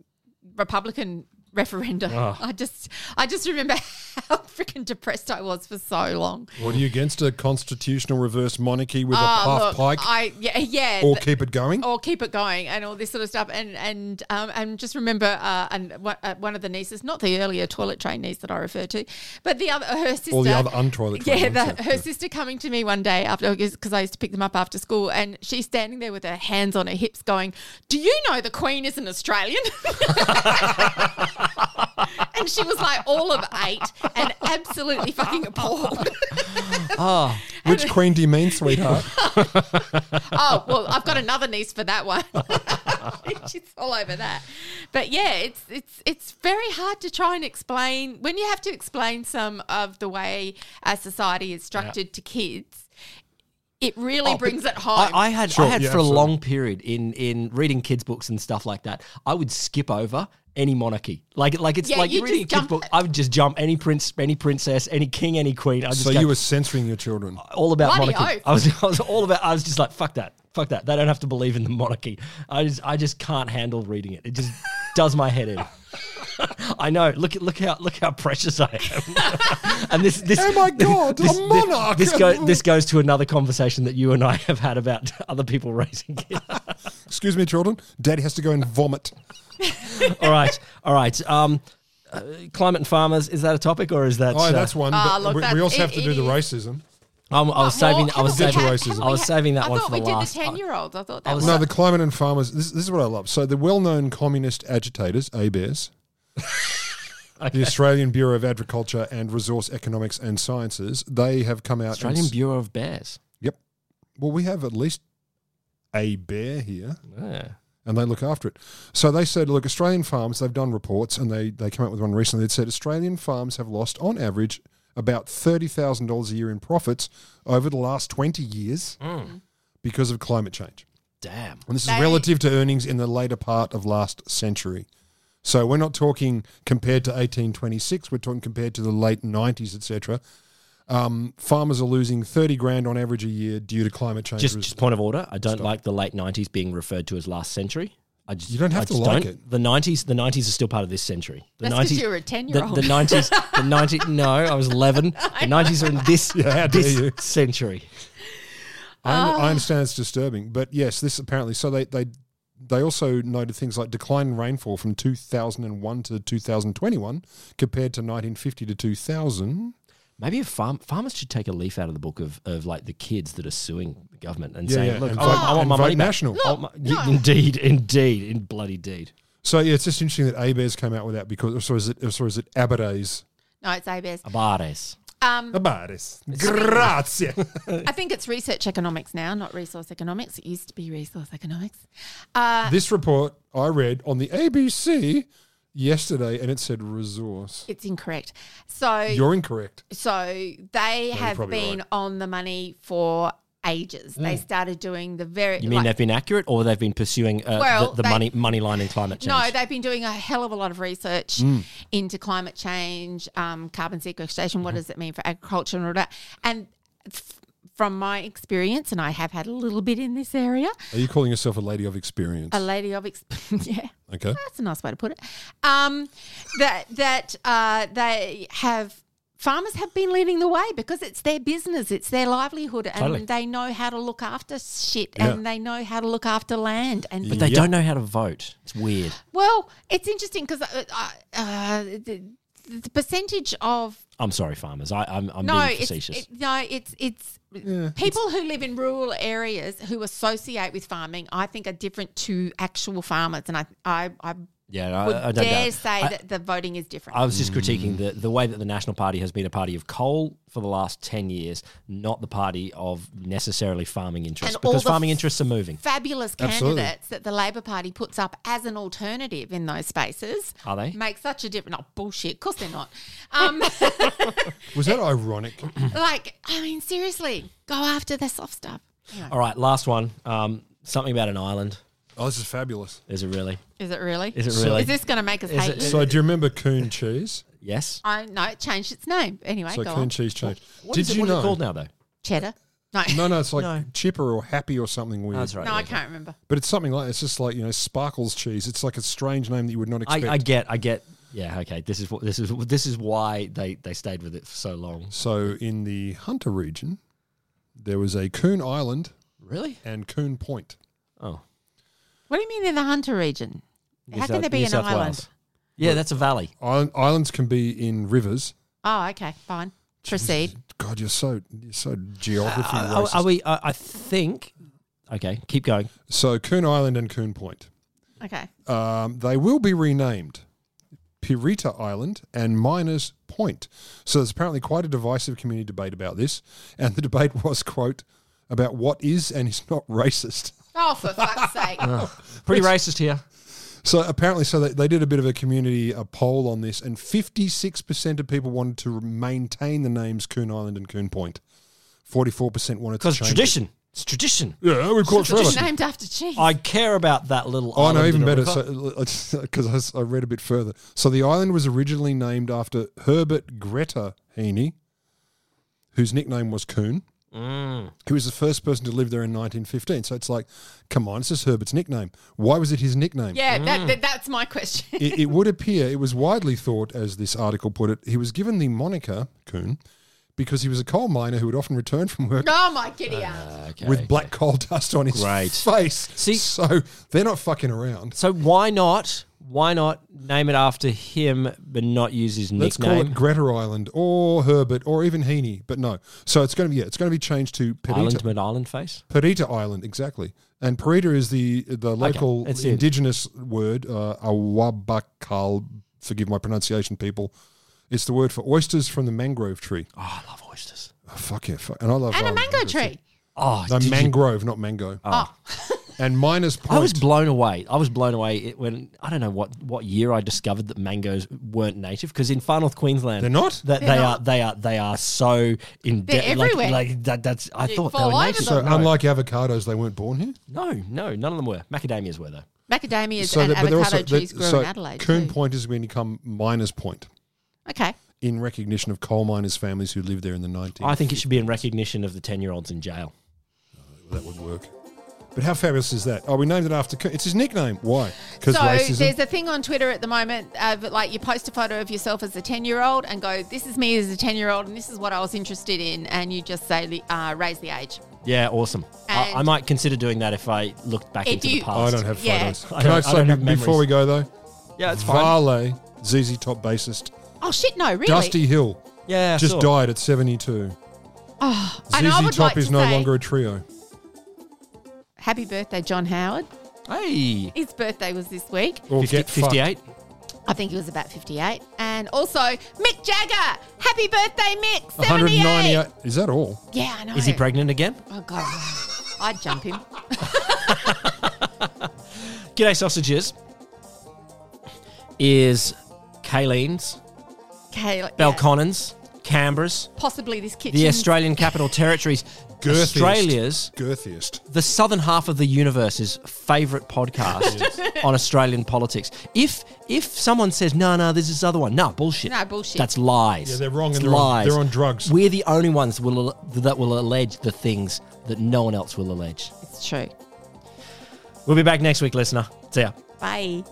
[SPEAKER 9] Republican referendum.
[SPEAKER 10] Ah.
[SPEAKER 9] I just, I just remember *laughs* how freaking depressed I was for so long.
[SPEAKER 10] what are you against a constitutional reverse monarchy with a
[SPEAKER 9] Oh,
[SPEAKER 10] half
[SPEAKER 9] look,
[SPEAKER 10] pike?
[SPEAKER 9] I Oh, yeah, yeah.
[SPEAKER 10] or
[SPEAKER 9] th-
[SPEAKER 10] keep it going?
[SPEAKER 9] or keep it going and all this sort of stuff and and um, and just remember uh, and what, uh, one of the nieces not the earlier toilet train niece that I refer to but the other her sister
[SPEAKER 10] other untoilet train
[SPEAKER 9] yeah
[SPEAKER 10] ones,
[SPEAKER 9] the,
[SPEAKER 10] yeah,
[SPEAKER 9] her
[SPEAKER 10] yeah.
[SPEAKER 9] sister coming to me one day after because I used to pick them up after school and she's standing there with her hands on her hips going do you know the Queen is an Australian *laughs* and she was like all of eight and absolutely fucking appalled *laughs*
[SPEAKER 10] Which queen do you mean, sweetheart?
[SPEAKER 9] oh well i've got another niece for that one *laughs* she's all over that but yeah it's it's it's very hard to try and explain when you have to explain some of the way our society is structured to kids it really Oh, brings it home
[SPEAKER 7] Oh, I, I had
[SPEAKER 10] Sure,
[SPEAKER 7] I had
[SPEAKER 10] yeah,
[SPEAKER 7] for a
[SPEAKER 10] absolutely.
[SPEAKER 7] long period in in reading kids books and stuff like that. I would skip over any monarchy, like like it's
[SPEAKER 9] Yeah,
[SPEAKER 7] like
[SPEAKER 9] you
[SPEAKER 7] you're reading a
[SPEAKER 9] just
[SPEAKER 7] kids
[SPEAKER 9] jump-
[SPEAKER 7] book. I would just jump any prince, any princess, any king, any queen. I just
[SPEAKER 10] so
[SPEAKER 7] go,
[SPEAKER 10] you were censoring your children.
[SPEAKER 7] all about
[SPEAKER 9] Bloody
[SPEAKER 7] monarchy.
[SPEAKER 9] oath.
[SPEAKER 7] I was, *laughs* I was all about. I was just like fuck that, fuck that. They don't have to believe in the monarchy. I just I just can't handle reading it.
[SPEAKER 9] *laughs*
[SPEAKER 7] It just does my head in. I know. Look at look how look how precious I am. and this *laughs* this
[SPEAKER 10] Oh my God, a monarch.
[SPEAKER 7] This, go, this goes to another conversation that you and I *laughs* have had about other people raising kids.
[SPEAKER 10] Excuse me, children. Daddy has to go and vomit.
[SPEAKER 7] all right, all right. Um, uh, climate and farmers is that a topic or is that?
[SPEAKER 10] Oh,
[SPEAKER 7] uh,
[SPEAKER 10] that's one.
[SPEAKER 9] Ah,
[SPEAKER 10] but
[SPEAKER 9] look,
[SPEAKER 10] we, we
[SPEAKER 9] that's-
[SPEAKER 10] also have to
[SPEAKER 9] it-
[SPEAKER 10] do the
[SPEAKER 9] it
[SPEAKER 10] racism.
[SPEAKER 7] I'm, I was saving. I was saving.
[SPEAKER 10] we had-
[SPEAKER 7] I was saving that
[SPEAKER 9] I
[SPEAKER 7] one
[SPEAKER 9] thought
[SPEAKER 7] for the
[SPEAKER 9] we
[SPEAKER 7] last.
[SPEAKER 9] did the 10 year olds. I thought that
[SPEAKER 7] I
[SPEAKER 9] was.
[SPEAKER 7] was-
[SPEAKER 10] No, the climate and farmers. This, this is what I love. So the well-known communist agitators,
[SPEAKER 7] *laughs*
[SPEAKER 10] ABARES, the Australian Bureau of Agriculture and Resource Economics and Sciences, they have come out. and
[SPEAKER 7] Australian
[SPEAKER 10] s-
[SPEAKER 7] Bureau of Bears.
[SPEAKER 10] Yep. Well, we have at least a bear here.
[SPEAKER 7] Yeah.
[SPEAKER 10] and they look after it. So they said, look, Australian farms, they've done reports and they, they came out with one recently that said Australian farms have lost on average about $30,000 a year in profits over the last 20 years
[SPEAKER 7] Mm.
[SPEAKER 10] because of climate change.
[SPEAKER 7] Damn.
[SPEAKER 10] And this
[SPEAKER 9] They-
[SPEAKER 10] is relative to earnings in the later part of last century. So we're not talking compared to 1826, we're talking compared to the late 90s, etc. Um, farmers are losing 30 grand on average a year due to climate change.
[SPEAKER 7] Just,
[SPEAKER 10] res-
[SPEAKER 7] just point of order. I don't like the late '90s being referred to as last century. I just
[SPEAKER 10] You don't have
[SPEAKER 7] I
[SPEAKER 10] to
[SPEAKER 7] just
[SPEAKER 10] like
[SPEAKER 7] don't.
[SPEAKER 10] it.
[SPEAKER 7] The '90s. The '90s are still part of this century. The
[SPEAKER 9] That's 'cause
[SPEAKER 7] 90s.
[SPEAKER 9] you're a 10-year-old.
[SPEAKER 7] The, the '90s.
[SPEAKER 9] *laughs*
[SPEAKER 7] The '90s. No, I was 11. The '90s are in this
[SPEAKER 10] how dare
[SPEAKER 7] this
[SPEAKER 10] you.
[SPEAKER 7] century.
[SPEAKER 10] I, I understand it's disturbing, but yes, this apparently. So they they they also noted things like decline in rainfall from 2001 to 2021 compared to 1950 to 2000.
[SPEAKER 7] Maybe if farm, farmers should take a leaf out of the book of, of like the kids that are suing the government and
[SPEAKER 10] Yeah,
[SPEAKER 7] saying,
[SPEAKER 10] yeah,
[SPEAKER 7] "Look,
[SPEAKER 10] and
[SPEAKER 7] I, want-
[SPEAKER 10] vote-
[SPEAKER 7] I want
[SPEAKER 10] and
[SPEAKER 7] my
[SPEAKER 10] vote
[SPEAKER 7] money back."
[SPEAKER 10] national.
[SPEAKER 7] I want my- Indeed, indeed, in bloody deed.
[SPEAKER 10] So yeah, it's just interesting that ABARES came out with that because, or so is it, or so is it Abares?
[SPEAKER 9] no, it's ABS.
[SPEAKER 7] Uh, Abares.
[SPEAKER 9] Um,
[SPEAKER 10] Abares. Grazie.
[SPEAKER 7] *laughs*
[SPEAKER 9] I think it's research economics now, not resource economics. It used to be resource economics. Uh,
[SPEAKER 10] *laughs* this report I read on the ABC yesterday and it said resource.
[SPEAKER 9] it's incorrect. So
[SPEAKER 10] You're incorrect.
[SPEAKER 9] So they have
[SPEAKER 10] probably
[SPEAKER 9] been
[SPEAKER 10] right.
[SPEAKER 9] on the money for ages. They started doing the very.
[SPEAKER 7] Mm. You mean
[SPEAKER 9] like-
[SPEAKER 7] they've been accurate, or they've been pursuing uh,
[SPEAKER 9] Well,
[SPEAKER 7] the, the
[SPEAKER 9] they-
[SPEAKER 7] money money line in climate change? Mm.
[SPEAKER 9] No, they've been doing a hell of a lot of research into climate change, um, carbon sequestration. What
[SPEAKER 7] Mm-hmm.
[SPEAKER 9] does it mean for agriculture and all that? And f- from my experience, and I have had a little bit in this area,
[SPEAKER 10] Are you calling yourself a lady of experience?
[SPEAKER 9] a lady of ex- *laughs* yeah,
[SPEAKER 10] okay.
[SPEAKER 9] that's a nice way to put it. Um, that that uh, they have farmers have been leading the way because it's their business, it's their livelihood, and
[SPEAKER 7] Totally.
[SPEAKER 9] they know how to look after shit,
[SPEAKER 10] Yeah.
[SPEAKER 9] and they know how to look after land. And
[SPEAKER 7] but
[SPEAKER 9] things
[SPEAKER 7] they
[SPEAKER 10] Yep.
[SPEAKER 7] don't know how to vote. It's weird.
[SPEAKER 9] well, it's interesting because uh, uh, the, the percentage of
[SPEAKER 7] I'm sorry, farmers. I, I'm, I'm
[SPEAKER 9] no,
[SPEAKER 7] being
[SPEAKER 9] it's,
[SPEAKER 7] facetious.
[SPEAKER 9] it- no, it's it's people who live in rural areas who associate with farming. I think are different to actual farmers, and I I, I
[SPEAKER 7] yeah, I,
[SPEAKER 9] would
[SPEAKER 7] I don't
[SPEAKER 9] dare
[SPEAKER 7] doubt.
[SPEAKER 9] say
[SPEAKER 7] I-
[SPEAKER 9] that the voting is different.
[SPEAKER 7] I was just critiquing the, the way that the National Party has been a party of coal for the last 10 years, not the party of necessarily farming interests,
[SPEAKER 9] And all
[SPEAKER 7] because
[SPEAKER 9] the
[SPEAKER 7] farming
[SPEAKER 9] f-
[SPEAKER 7] interests are moving.
[SPEAKER 9] Fabulous
[SPEAKER 10] Absolutely.
[SPEAKER 9] candidates that the Labor Party puts up as an alternative in those spaces
[SPEAKER 7] Are they?
[SPEAKER 9] make such a difference? Oh, bullshit! Of course they're not. Um, *laughs*
[SPEAKER 10] Was that
[SPEAKER 7] *coughs*
[SPEAKER 10] ironic?
[SPEAKER 9] like, I mean, seriously, go after the soft stuff. Anyway.
[SPEAKER 7] All right, last one. Um, something about an island.
[SPEAKER 10] oh, this is fabulous.
[SPEAKER 7] Is it really?
[SPEAKER 9] Is it really?
[SPEAKER 7] Is it really?
[SPEAKER 9] Is this going to make us
[SPEAKER 7] Is
[SPEAKER 9] hate
[SPEAKER 7] it-
[SPEAKER 9] you?
[SPEAKER 10] So do you remember Coon Cheese?
[SPEAKER 7] yes.
[SPEAKER 9] I no, it changed its name anyway.
[SPEAKER 10] So
[SPEAKER 9] go
[SPEAKER 10] Coon
[SPEAKER 9] on.
[SPEAKER 10] Cheese changed.
[SPEAKER 7] What
[SPEAKER 10] Did
[SPEAKER 7] is it-
[SPEAKER 10] you
[SPEAKER 7] what
[SPEAKER 10] know?
[SPEAKER 7] is it called now, though?
[SPEAKER 9] Cheddar. No, *laughs*
[SPEAKER 10] No, no, it's like
[SPEAKER 7] No. Oh,
[SPEAKER 10] chipper or happy or something weird.
[SPEAKER 7] that's right.
[SPEAKER 9] no, I can't remember.
[SPEAKER 10] But it's something like it's just like you know sparkles cheese. It's like a strange name that you would not expect.
[SPEAKER 7] I, I get, I get. Yeah, okay. This is what this is. This is why they they stayed with it for so long.
[SPEAKER 10] so in the Hunter region, there was a Coon Island
[SPEAKER 7] Really?
[SPEAKER 10] and Coon Point.
[SPEAKER 7] Oh,
[SPEAKER 9] What do you mean in the Hunter region?
[SPEAKER 7] New
[SPEAKER 9] How can
[SPEAKER 7] South-
[SPEAKER 9] there be
[SPEAKER 7] New
[SPEAKER 9] an
[SPEAKER 7] South
[SPEAKER 9] island?
[SPEAKER 7] Wales. Yeah, that's a valley.
[SPEAKER 10] Island, islands can be in rivers.
[SPEAKER 9] Oh, okay, fine.
[SPEAKER 7] *laughs*
[SPEAKER 9] Proceed.
[SPEAKER 10] God, you're so you're so geography
[SPEAKER 7] Uh, Are,
[SPEAKER 10] racist.
[SPEAKER 7] are we? I I think. Okay, keep going.
[SPEAKER 10] so Coon Island and Coon Point.
[SPEAKER 9] Okay.
[SPEAKER 10] um, they will be renamed Pirita Island and Miners Point. So there's apparently quite a divisive community debate about this, and the debate *laughs* was quote about what is and is not racist.
[SPEAKER 9] Oh, for fuck's sake!
[SPEAKER 7] *laughs* Pretty racist here.
[SPEAKER 10] So apparently, so they, they did a bit of a community a poll on this, and 56% of people wanted to maintain the names Coon Island and Coon Point. 44% wanted to
[SPEAKER 7] Because
[SPEAKER 10] change
[SPEAKER 7] it's
[SPEAKER 10] it.
[SPEAKER 7] tradition. It's tradition.
[SPEAKER 10] Yeah, we've caught forever.
[SPEAKER 9] Just named after cheese.
[SPEAKER 7] I care about that little.
[SPEAKER 10] Oh no,
[SPEAKER 7] island
[SPEAKER 10] even
[SPEAKER 7] in a
[SPEAKER 10] better.
[SPEAKER 7] river.
[SPEAKER 10] *laughs* Because I, read a bit further. So the island was originally named after Herbert Greta Heaney, whose nickname was Coon.
[SPEAKER 7] Mm.
[SPEAKER 10] He was the first person to live there in 1915. So it's like, come on, it's just Herbert's nickname. Why was it his nickname?
[SPEAKER 9] yeah,
[SPEAKER 7] Mm.
[SPEAKER 9] that, that, that's my question.
[SPEAKER 10] It, it would appear it was widely thought, as this article put it, he was given the moniker Coon because he was a coal miner who would often return from work
[SPEAKER 9] oh my giddy aunt.
[SPEAKER 7] Okay.
[SPEAKER 10] with black coal dust on his
[SPEAKER 7] Great.
[SPEAKER 10] face.
[SPEAKER 7] See-
[SPEAKER 10] so they're not fucking around.
[SPEAKER 7] So why not? Why not name it after him, but not use his
[SPEAKER 10] Let's call
[SPEAKER 7] nickname?
[SPEAKER 10] it Greta Island or Herbert or even Heaney, but no. So it's going to be yeah, it's going to be changed to
[SPEAKER 7] Island
[SPEAKER 10] Perita,
[SPEAKER 7] Mid Island Face.
[SPEAKER 10] Perita Island exactly. And Perita is the the local
[SPEAKER 7] it's it.
[SPEAKER 10] indigenous word uh, awabakal. Forgive my pronunciation, people. It's the word for oysters from the mangrove tree. Oh,
[SPEAKER 7] Oh, I love oysters.
[SPEAKER 10] fuck yeah, fuck. and I love
[SPEAKER 9] and a
[SPEAKER 10] um,
[SPEAKER 9] mango tree.
[SPEAKER 7] Oh,
[SPEAKER 10] No,
[SPEAKER 7] did you-
[SPEAKER 10] mangrove, not mango.
[SPEAKER 9] Oh,
[SPEAKER 10] And minus point.
[SPEAKER 7] I was blown away. I was blown away it- when I don't know what, what year I discovered that mangoes weren't native because in Far North Queensland
[SPEAKER 10] They're not?
[SPEAKER 7] That
[SPEAKER 9] They're
[SPEAKER 7] they
[SPEAKER 9] not.
[SPEAKER 7] are they are they are so in
[SPEAKER 9] They're
[SPEAKER 7] debt.
[SPEAKER 9] everywhere.
[SPEAKER 7] Like, like that, that's I
[SPEAKER 9] You
[SPEAKER 7] thought they
[SPEAKER 9] fall
[SPEAKER 7] were
[SPEAKER 9] over
[SPEAKER 7] native.
[SPEAKER 10] so
[SPEAKER 7] no,
[SPEAKER 10] unlike avocados, they weren't born here.
[SPEAKER 7] no, no, none of them were. Macadamias were though.
[SPEAKER 9] macadamias
[SPEAKER 10] So
[SPEAKER 9] and
[SPEAKER 10] that- but
[SPEAKER 9] avocado
[SPEAKER 10] they're also- they-
[SPEAKER 9] trees grow
[SPEAKER 10] so
[SPEAKER 9] in Adelaide.
[SPEAKER 10] Kern
[SPEAKER 9] too.
[SPEAKER 10] Point is going to become minus point
[SPEAKER 9] Okay.
[SPEAKER 10] in recognition of coal miners' families who lived there in the 90s.
[SPEAKER 7] I think it should be in recognition of the ten year olds in jail.
[SPEAKER 10] that would work. But how fabulous is that? Oh, we named it after Kern. It's his nickname. Why? Because
[SPEAKER 9] So
[SPEAKER 10] racism.
[SPEAKER 9] there's a thing on Twitter at the moment of like you post a photo of yourself as a 10 year old and go, This is me as a 10 year old and this is what I was interested in. And you just say, li- uh, Raise the age.
[SPEAKER 7] Yeah, awesome. I,
[SPEAKER 9] And-
[SPEAKER 7] I might consider doing that if I looked back
[SPEAKER 9] If
[SPEAKER 7] into
[SPEAKER 9] you-
[SPEAKER 7] the
[SPEAKER 10] I
[SPEAKER 7] past.
[SPEAKER 10] don't have
[SPEAKER 9] Yeah.
[SPEAKER 10] photos.
[SPEAKER 7] I
[SPEAKER 10] Can I
[SPEAKER 7] don't- I don't
[SPEAKER 10] say
[SPEAKER 7] have
[SPEAKER 10] be- before
[SPEAKER 7] memories.
[SPEAKER 10] we go though?
[SPEAKER 7] Yeah, it's fine.
[SPEAKER 10] Vale, ZZ Top bassist,
[SPEAKER 9] Oh, shit, no, really?
[SPEAKER 10] Dusty Hill,
[SPEAKER 7] Yeah,
[SPEAKER 10] just
[SPEAKER 7] sure.
[SPEAKER 10] died at 72.
[SPEAKER 9] And I
[SPEAKER 10] ZZ
[SPEAKER 9] would
[SPEAKER 10] Top
[SPEAKER 9] like
[SPEAKER 10] is
[SPEAKER 9] to
[SPEAKER 10] no
[SPEAKER 9] say-
[SPEAKER 10] longer a trio.
[SPEAKER 9] Happy birthday, John Howard.
[SPEAKER 7] Hey,
[SPEAKER 9] His birthday was this week.
[SPEAKER 10] Or
[SPEAKER 7] 50
[SPEAKER 10] get fucked.
[SPEAKER 7] 58.
[SPEAKER 9] I think he was about 58. And also, Mick Jagger. Happy birthday, Mick. 78.
[SPEAKER 10] 198. Is that all?
[SPEAKER 9] Yeah, I know.
[SPEAKER 7] Is he pregnant again?
[SPEAKER 9] Oh, God. I'd jump *laughs* him.
[SPEAKER 7] G'day Sausages is Kayleen's,
[SPEAKER 9] Okay. Like, yeah.
[SPEAKER 7] Belconnens, Canberra's,
[SPEAKER 9] Possibly this kitchen.
[SPEAKER 7] the Australian Capital Territories,
[SPEAKER 10] Girthiest.
[SPEAKER 7] Australia's,
[SPEAKER 10] Girthiest.
[SPEAKER 7] the southern half of the universe's favourite podcast *laughs* on Australian politics. If if someone says no, no, there's this other one, no bullshit,
[SPEAKER 9] No, bullshit.
[SPEAKER 7] that's lies.
[SPEAKER 10] Yeah, they're wrong
[SPEAKER 7] It's
[SPEAKER 10] and they're on-
[SPEAKER 7] lies.
[SPEAKER 10] they're on drugs.
[SPEAKER 7] We're the only ones will, that will allege the things that no one else will allege.
[SPEAKER 9] It's true.
[SPEAKER 7] We'll be back next week, listener. See ya.
[SPEAKER 9] Bye.